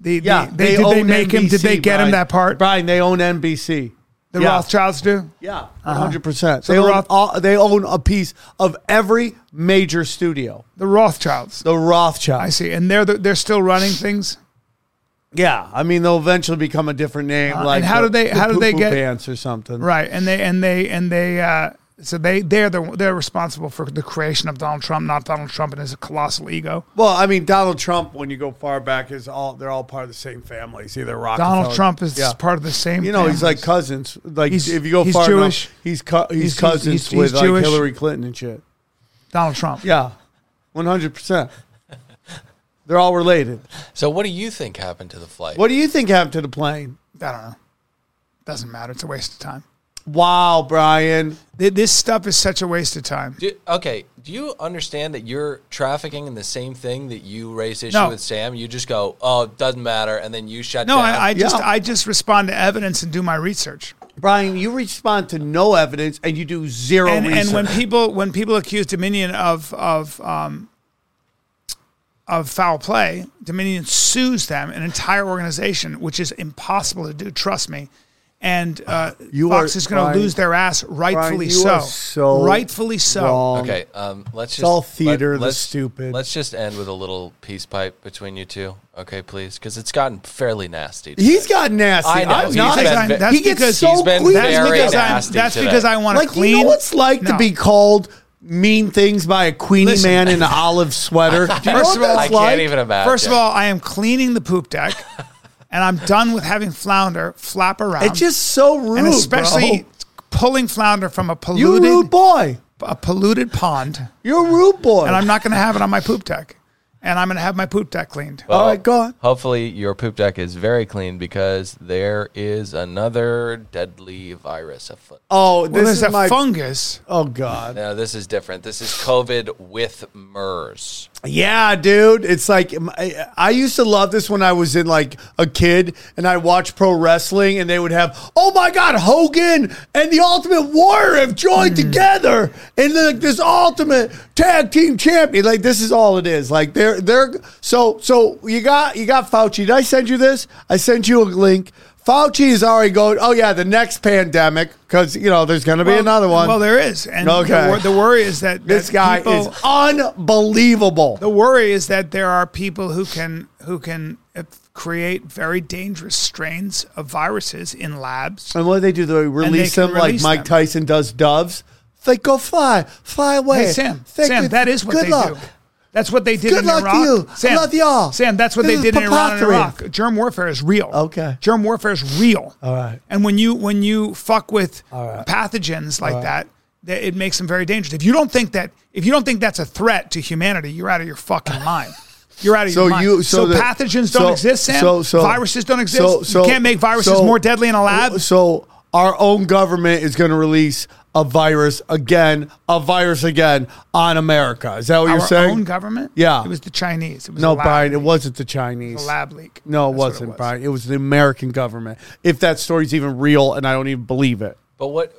[SPEAKER 2] The, the-
[SPEAKER 7] Yeah,
[SPEAKER 2] they, did they
[SPEAKER 7] own
[SPEAKER 2] make him? Did they
[SPEAKER 7] NBC,
[SPEAKER 2] get him
[SPEAKER 7] Brian.
[SPEAKER 2] that part?
[SPEAKER 7] Brian, they own NBC.
[SPEAKER 2] The
[SPEAKER 7] yeah.
[SPEAKER 2] Rothschilds do.
[SPEAKER 7] Yeah, 100 percent.
[SPEAKER 2] Uh-huh. So
[SPEAKER 7] They
[SPEAKER 2] the
[SPEAKER 7] own
[SPEAKER 2] Roth-
[SPEAKER 7] all, they own a piece of every major studio.
[SPEAKER 2] The Rothschilds.
[SPEAKER 7] The
[SPEAKER 2] I
[SPEAKER 7] Rothschilds.
[SPEAKER 2] see, and they're the, they're still running things.
[SPEAKER 7] Yeah, I mean they'll eventually become a different name.
[SPEAKER 2] Uh,
[SPEAKER 7] like
[SPEAKER 2] and how
[SPEAKER 7] the-
[SPEAKER 2] do they-
[SPEAKER 7] the
[SPEAKER 2] how do they
[SPEAKER 7] Poo-Poo
[SPEAKER 2] get-
[SPEAKER 7] pants or something?
[SPEAKER 2] Right, and they and they and they uh, so they they're the, they're responsible for the creation of Donald Trump, not Donald Trump and his colossal ego.
[SPEAKER 7] Well, I mean Donald Trump. When you go far back, is all they're all part of the same family. It's either Rockefeller.
[SPEAKER 2] Donald Trump is
[SPEAKER 7] Yeah.
[SPEAKER 2] part of the same.
[SPEAKER 7] You know, he's like
[SPEAKER 2] families.
[SPEAKER 7] cousins. Like
[SPEAKER 2] He's-
[SPEAKER 7] if you go
[SPEAKER 2] he's
[SPEAKER 7] far
[SPEAKER 2] Jewish.
[SPEAKER 7] enough, he's co- he's,
[SPEAKER 2] He's- he's-
[SPEAKER 7] cousins
[SPEAKER 2] he's- he's
[SPEAKER 7] with like
[SPEAKER 2] Jewish.
[SPEAKER 7] Hillary Clinton and shit.
[SPEAKER 2] Donald Trump.
[SPEAKER 7] Yeah, one hundred percent. They're all related.
[SPEAKER 6] So, what do you think happened to the flight?
[SPEAKER 7] What do you think happened to the plane?
[SPEAKER 2] I don't know. Doesn't matter. It's a waste of time.
[SPEAKER 7] Wow, Brian.
[SPEAKER 2] Th- This stuff is such a waste of time.
[SPEAKER 6] Do, okay, do you understand that you're trafficking in the same thing that you raise issue
[SPEAKER 2] No.
[SPEAKER 6] with Sam? You just go, oh, it doesn't matter, and then you shut
[SPEAKER 2] No,
[SPEAKER 6] down.
[SPEAKER 2] I, I just
[SPEAKER 7] Yeah.
[SPEAKER 2] I just respond to evidence and do my research.
[SPEAKER 7] Brian, you respond to no evidence and you do zero
[SPEAKER 2] and,
[SPEAKER 7] research.
[SPEAKER 2] and when people when people accuse Dominion of of um, of foul play, Dominion sues them, an entire organization, which is impossible to do. Trust me. And uh,
[SPEAKER 7] You
[SPEAKER 2] Fox
[SPEAKER 7] are-
[SPEAKER 2] is going
[SPEAKER 7] Brian-
[SPEAKER 2] to lose their ass, rightfully
[SPEAKER 7] you
[SPEAKER 2] so.
[SPEAKER 7] are so
[SPEAKER 2] Rightfully so.
[SPEAKER 7] wrong.
[SPEAKER 6] okay, um, let's just
[SPEAKER 7] all theater, the
[SPEAKER 6] let's-
[SPEAKER 7] stupid.
[SPEAKER 6] Let's just end with a little peace pipe between you two, okay, please, because it's gotten fairly nasty.
[SPEAKER 7] He's got nasty.
[SPEAKER 6] I know.
[SPEAKER 7] I'm
[SPEAKER 6] He's
[SPEAKER 7] not.
[SPEAKER 6] been ve-
[SPEAKER 7] he
[SPEAKER 2] That's
[SPEAKER 7] gets
[SPEAKER 2] because
[SPEAKER 7] so
[SPEAKER 2] he's
[SPEAKER 6] been
[SPEAKER 7] queasy.
[SPEAKER 2] That's
[SPEAKER 6] Very
[SPEAKER 2] because I'm.
[SPEAKER 6] nasty
[SPEAKER 2] That's
[SPEAKER 6] today.
[SPEAKER 2] because I want to
[SPEAKER 7] Like
[SPEAKER 2] clean.
[SPEAKER 7] you know what's like to
[SPEAKER 2] No.
[SPEAKER 7] be called mean things by a Queenie
[SPEAKER 2] Listen.
[SPEAKER 7] man in an olive sweater. Do you know
[SPEAKER 2] First
[SPEAKER 7] what
[SPEAKER 2] of all-
[SPEAKER 7] that's
[SPEAKER 6] I can't
[SPEAKER 7] like?
[SPEAKER 6] even imagine.
[SPEAKER 2] First of all, I am cleaning the poop deck, and I'm done with having flounder flap around.
[SPEAKER 7] it's just so rude,
[SPEAKER 2] and especially
[SPEAKER 7] bro.
[SPEAKER 2] pulling flounder from a
[SPEAKER 7] you
[SPEAKER 2] polluted
[SPEAKER 7] rude boy.
[SPEAKER 2] a polluted pond,
[SPEAKER 7] You're a rude boy.
[SPEAKER 2] and I'm not going to have it on my poop deck, and I'm going to have my poop deck cleaned.
[SPEAKER 7] all right, go on.
[SPEAKER 6] Hopefully, your poop deck is very clean because there is another deadly virus afoot.
[SPEAKER 7] Oh,
[SPEAKER 2] Well,
[SPEAKER 7] this
[SPEAKER 2] there's
[SPEAKER 7] is
[SPEAKER 2] a
[SPEAKER 7] my.
[SPEAKER 2] fungus.
[SPEAKER 7] oh God.
[SPEAKER 6] Now, this is different. This is COVID with MERS.
[SPEAKER 7] Yeah, dude. It's like I, I used to love this when I was in like a kid and I watched pro wrestling and they would have, oh my God, Hogan and the Ultimate Warrior have
[SPEAKER 2] Mm.
[SPEAKER 7] joined together and like this ultimate tag team champion. Like this is all it is. Like they're they're so so you got you got Fauci. Did I send you this? I sent you a link. Fauci is already going. Oh yeah, the next pandemic because you know there's going to be another one.
[SPEAKER 2] Well, there is, and the
[SPEAKER 7] Okay.
[SPEAKER 2] wor- the, worry is that,
[SPEAKER 7] this
[SPEAKER 2] that
[SPEAKER 7] guy
[SPEAKER 2] people-
[SPEAKER 7] is unbelievable.
[SPEAKER 2] The worry is that there are people who can who can uh, create very dangerous strains of viruses in labs.
[SPEAKER 7] And what do they do? They release
[SPEAKER 2] they can
[SPEAKER 7] them like
[SPEAKER 2] release
[SPEAKER 7] Mike
[SPEAKER 2] them.
[SPEAKER 7] Tyson does doves. They go fly, fly away.
[SPEAKER 2] Hey Sam,
[SPEAKER 7] Thank
[SPEAKER 2] Sam,
[SPEAKER 7] you.
[SPEAKER 2] that is what
[SPEAKER 7] Good
[SPEAKER 2] they
[SPEAKER 7] luck.
[SPEAKER 2] do. That's what they did
[SPEAKER 7] Good
[SPEAKER 2] in
[SPEAKER 7] luck to
[SPEAKER 2] Iraq.
[SPEAKER 7] you. I
[SPEAKER 2] Sam,
[SPEAKER 7] love y'all.
[SPEAKER 2] Sam, that's what
[SPEAKER 7] This is
[SPEAKER 2] they did in Iran and
[SPEAKER 7] preposterous.
[SPEAKER 2] Iraq. Germ warfare is real.
[SPEAKER 7] Okay.
[SPEAKER 2] Germ warfare is real. All
[SPEAKER 7] right.
[SPEAKER 2] And when you when you fuck with pathogens like that, that, it makes them very dangerous. If you don't think that if you don't think that's a threat to humanity, you're out of your fucking mind. You're out of
[SPEAKER 7] So
[SPEAKER 2] your mind.
[SPEAKER 7] you- so the-
[SPEAKER 2] pathogens don't
[SPEAKER 7] so-
[SPEAKER 2] exist, Sam.
[SPEAKER 7] so- so-
[SPEAKER 2] viruses don't exist.
[SPEAKER 7] so- so-
[SPEAKER 2] you can't make viruses
[SPEAKER 7] so-
[SPEAKER 2] more deadly in a lab.
[SPEAKER 7] So our own government is going to release a virus again, a virus again on America. Is that what
[SPEAKER 2] Our
[SPEAKER 7] you're saying?
[SPEAKER 2] own government.
[SPEAKER 7] Yeah.
[SPEAKER 2] It was the Chinese. It was a
[SPEAKER 7] no,
[SPEAKER 2] lab
[SPEAKER 7] Brian, it
[SPEAKER 2] leak.
[SPEAKER 7] wasn't the
[SPEAKER 2] A
[SPEAKER 7] Chinese.
[SPEAKER 2] lab leak.
[SPEAKER 7] No, it
[SPEAKER 2] That's what
[SPEAKER 7] wasn't,
[SPEAKER 2] was.
[SPEAKER 7] Brian. It was the American government. If that story's even real, and I don't even believe it.
[SPEAKER 6] But what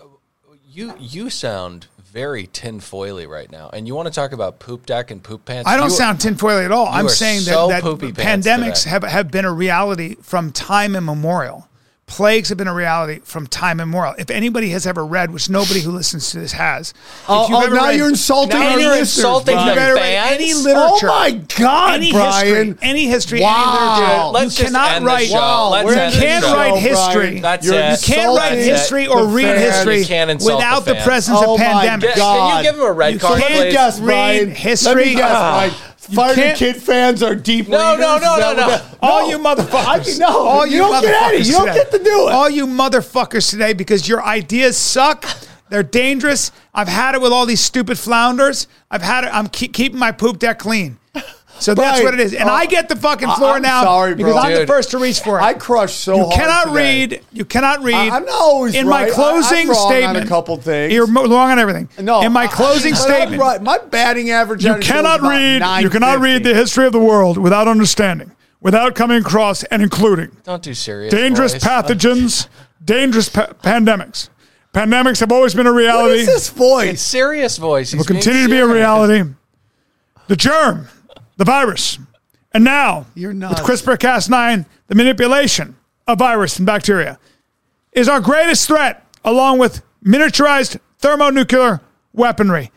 [SPEAKER 6] you you sound very tinfoily right now, and you want to talk about poop deck and poop pants?
[SPEAKER 2] I don't
[SPEAKER 6] You-
[SPEAKER 2] sound tinfoily at all. I'm
[SPEAKER 6] are
[SPEAKER 2] saying
[SPEAKER 6] so
[SPEAKER 2] that, that
[SPEAKER 6] poopy pants
[SPEAKER 2] pandemics
[SPEAKER 6] today.
[SPEAKER 2] have, have been a reality from time immemorial. Plagues have been a reality from time immemorial. If anybody has ever read, which nobody who listens to this has,
[SPEAKER 7] Oh,
[SPEAKER 2] if you've
[SPEAKER 7] oh,
[SPEAKER 2] ever
[SPEAKER 7] now
[SPEAKER 2] read-
[SPEAKER 7] you're insulting
[SPEAKER 6] Now
[SPEAKER 7] our
[SPEAKER 6] you're
[SPEAKER 7] listeners,
[SPEAKER 6] insulting
[SPEAKER 7] Brian.
[SPEAKER 6] the
[SPEAKER 2] Better read
[SPEAKER 6] fans?
[SPEAKER 2] any literature.
[SPEAKER 7] Oh my God,
[SPEAKER 2] any
[SPEAKER 7] Brian!
[SPEAKER 2] history, any history,
[SPEAKER 7] Wow.
[SPEAKER 2] any literature.
[SPEAKER 6] Let's
[SPEAKER 2] you
[SPEAKER 6] just
[SPEAKER 2] cannot
[SPEAKER 6] end the
[SPEAKER 2] write.
[SPEAKER 6] show. Wow. Let's
[SPEAKER 2] you
[SPEAKER 6] end the
[SPEAKER 2] can't
[SPEAKER 6] show.
[SPEAKER 2] write history.
[SPEAKER 7] Brian.
[SPEAKER 6] That's
[SPEAKER 7] You're
[SPEAKER 6] it.
[SPEAKER 2] You can't
[SPEAKER 7] insulting
[SPEAKER 2] write history or
[SPEAKER 7] the
[SPEAKER 2] read
[SPEAKER 7] fans.
[SPEAKER 2] history
[SPEAKER 6] You can't insult
[SPEAKER 2] without
[SPEAKER 6] the
[SPEAKER 2] the,
[SPEAKER 6] fans.
[SPEAKER 2] presence
[SPEAKER 7] Oh
[SPEAKER 2] of
[SPEAKER 7] my
[SPEAKER 2] pandemics.
[SPEAKER 6] Can- Can
[SPEAKER 7] God.
[SPEAKER 6] you give him a red
[SPEAKER 2] You
[SPEAKER 6] card?
[SPEAKER 2] can't
[SPEAKER 7] Let me
[SPEAKER 6] please?
[SPEAKER 7] guess,
[SPEAKER 2] read
[SPEAKER 7] Brian. Let
[SPEAKER 2] history.
[SPEAKER 7] me guess,
[SPEAKER 2] Ah.
[SPEAKER 7] Brian.
[SPEAKER 2] You
[SPEAKER 7] Fire the
[SPEAKER 2] can't-
[SPEAKER 7] Kid fans are deep
[SPEAKER 6] No, no,
[SPEAKER 7] readers.
[SPEAKER 6] no,
[SPEAKER 7] Is
[SPEAKER 6] no,
[SPEAKER 7] that what
[SPEAKER 6] no.
[SPEAKER 7] that-
[SPEAKER 2] All you
[SPEAKER 7] I-
[SPEAKER 2] motherfuckers.
[SPEAKER 7] no,
[SPEAKER 2] all
[SPEAKER 7] you don't get at it.
[SPEAKER 2] motherfuckers
[SPEAKER 7] You don't
[SPEAKER 2] today.
[SPEAKER 7] get to do it.
[SPEAKER 2] All you motherfuckers today because your ideas suck. They're dangerous. I've had it with all these stupid flounders. I've had it. I'm keep, keeping my poop deck clean. So that's
[SPEAKER 7] Brian,
[SPEAKER 2] what it is. And
[SPEAKER 7] uh,
[SPEAKER 2] I get the fucking
[SPEAKER 7] I-
[SPEAKER 2] floor
[SPEAKER 7] I'm
[SPEAKER 2] now
[SPEAKER 7] sorry, bro.
[SPEAKER 2] because I'm the
[SPEAKER 6] Dude.
[SPEAKER 2] first to reach for it.
[SPEAKER 7] I crushed so
[SPEAKER 2] You
[SPEAKER 7] hard
[SPEAKER 2] cannot
[SPEAKER 7] today.
[SPEAKER 2] read. You cannot read.
[SPEAKER 7] I- I'm not always
[SPEAKER 2] in
[SPEAKER 7] right.
[SPEAKER 2] my
[SPEAKER 7] I-
[SPEAKER 2] closing
[SPEAKER 7] I'm wrong on a
[SPEAKER 2] statement.
[SPEAKER 7] couple things.
[SPEAKER 2] You're mo- wrong on everything.
[SPEAKER 7] No,
[SPEAKER 2] In my
[SPEAKER 7] I-
[SPEAKER 2] closing
[SPEAKER 7] but I'm
[SPEAKER 2] statement,
[SPEAKER 7] right. My batting average.
[SPEAKER 2] you
[SPEAKER 7] on the show is
[SPEAKER 2] cannot
[SPEAKER 7] about
[SPEAKER 2] read. You cannot read the
[SPEAKER 7] 950.
[SPEAKER 2] history of the world without understanding, without coming across and including
[SPEAKER 6] Don't do serious.
[SPEAKER 2] dangerous
[SPEAKER 6] voice.
[SPEAKER 2] pathogens, dangerous pa- pandemics. Pandemics have always been a
[SPEAKER 7] What
[SPEAKER 2] reality.
[SPEAKER 7] is this voice?
[SPEAKER 6] It's serious voice. He's
[SPEAKER 2] Will
[SPEAKER 6] being
[SPEAKER 2] continue to be a
[SPEAKER 6] serious.
[SPEAKER 2] reality. The germ, the virus, and now
[SPEAKER 7] You're
[SPEAKER 2] with
[SPEAKER 7] nuts.
[SPEAKER 2] CRISPR-Cas9, the manipulation of virus and bacteria is our greatest threat, along with miniaturized thermonuclear weaponry.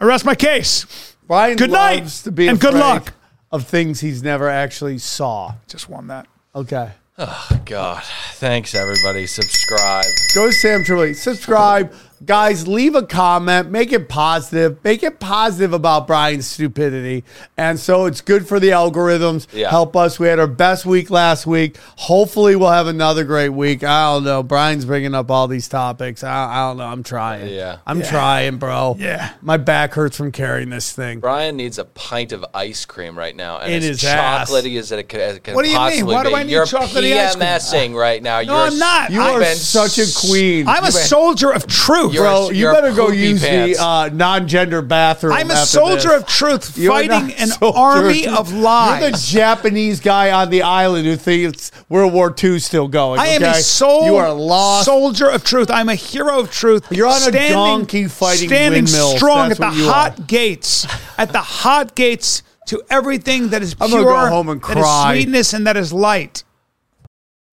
[SPEAKER 2] I rest my case.
[SPEAKER 7] Brian
[SPEAKER 2] Good night,
[SPEAKER 7] loves to be
[SPEAKER 2] and good
[SPEAKER 7] afraid
[SPEAKER 2] luck.
[SPEAKER 7] of things he's never actually saw.
[SPEAKER 2] Just won that.
[SPEAKER 7] Okay.
[SPEAKER 6] God, thanks everybody. Subscribe.
[SPEAKER 7] Go to Sam Tripoli. Subscribe, guys, leave a comment, make it positive, make it positive about Brian's stupidity. And so it's good for the algorithms.
[SPEAKER 6] Yeah.
[SPEAKER 7] Help us. We had our best week last week. Hopefully, we'll have another great week. I don't know. Brian's bringing up all these topics. I, I don't know. I'm trying.
[SPEAKER 6] Yeah.
[SPEAKER 7] I'm trying, bro.
[SPEAKER 2] Yeah.
[SPEAKER 7] My back hurts from carrying this thing.
[SPEAKER 6] Brian needs a pint of ice cream right now, and
[SPEAKER 7] In
[SPEAKER 6] it's
[SPEAKER 7] his ass.
[SPEAKER 6] chocolatey as it could, as it can
[SPEAKER 2] What do you mean?
[SPEAKER 6] possibly
[SPEAKER 2] Why do
[SPEAKER 6] be.
[SPEAKER 2] I need
[SPEAKER 6] You're
[SPEAKER 2] chocolatey ice cream?
[SPEAKER 6] PMSing right now. No, You're
[SPEAKER 2] I'm not.
[SPEAKER 7] You
[SPEAKER 2] I've
[SPEAKER 7] are
[SPEAKER 2] been
[SPEAKER 7] such a queen.
[SPEAKER 2] I'm a
[SPEAKER 7] You been-
[SPEAKER 2] soldier of truth.
[SPEAKER 6] You're-
[SPEAKER 7] Bro, you
[SPEAKER 6] you're
[SPEAKER 7] better go
[SPEAKER 6] poopy
[SPEAKER 7] use
[SPEAKER 6] pants.
[SPEAKER 7] the uh, non-gender bathroom.
[SPEAKER 2] I'm a
[SPEAKER 7] after
[SPEAKER 2] soldier
[SPEAKER 7] this.
[SPEAKER 2] of truth
[SPEAKER 7] You're
[SPEAKER 2] fighting
[SPEAKER 7] not
[SPEAKER 2] an
[SPEAKER 7] soldier
[SPEAKER 2] army
[SPEAKER 7] truth.
[SPEAKER 2] of lies.
[SPEAKER 7] You're the Japanese guy on the island who thinks World War II is still going.
[SPEAKER 2] I am a
[SPEAKER 7] okay?
[SPEAKER 2] soul,
[SPEAKER 7] You are lost.
[SPEAKER 2] soldier of truth. I'm a hero of truth.
[SPEAKER 7] You're on a donkey fighting
[SPEAKER 2] standing
[SPEAKER 7] windmills.
[SPEAKER 2] strong
[SPEAKER 7] That's
[SPEAKER 2] at
[SPEAKER 7] what
[SPEAKER 2] the
[SPEAKER 7] you
[SPEAKER 2] hot
[SPEAKER 7] are.
[SPEAKER 2] gates, at the hot gates to everything that is pure,
[SPEAKER 7] I'm gonna go home and
[SPEAKER 2] that is
[SPEAKER 7] cry.
[SPEAKER 2] sweetness, and that is light.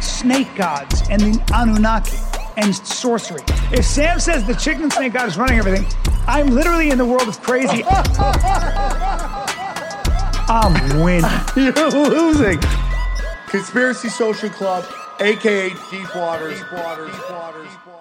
[SPEAKER 5] snake gods and the Anunnaki and sorcery. If Sam says the chicken snake god is running everything, I'm literally in the world of crazy. I'm winning.
[SPEAKER 7] You're losing.
[SPEAKER 3] Conspiracy Social Club, aka Deep Waters. Deep Waters. Deep Waters. Deep Waters.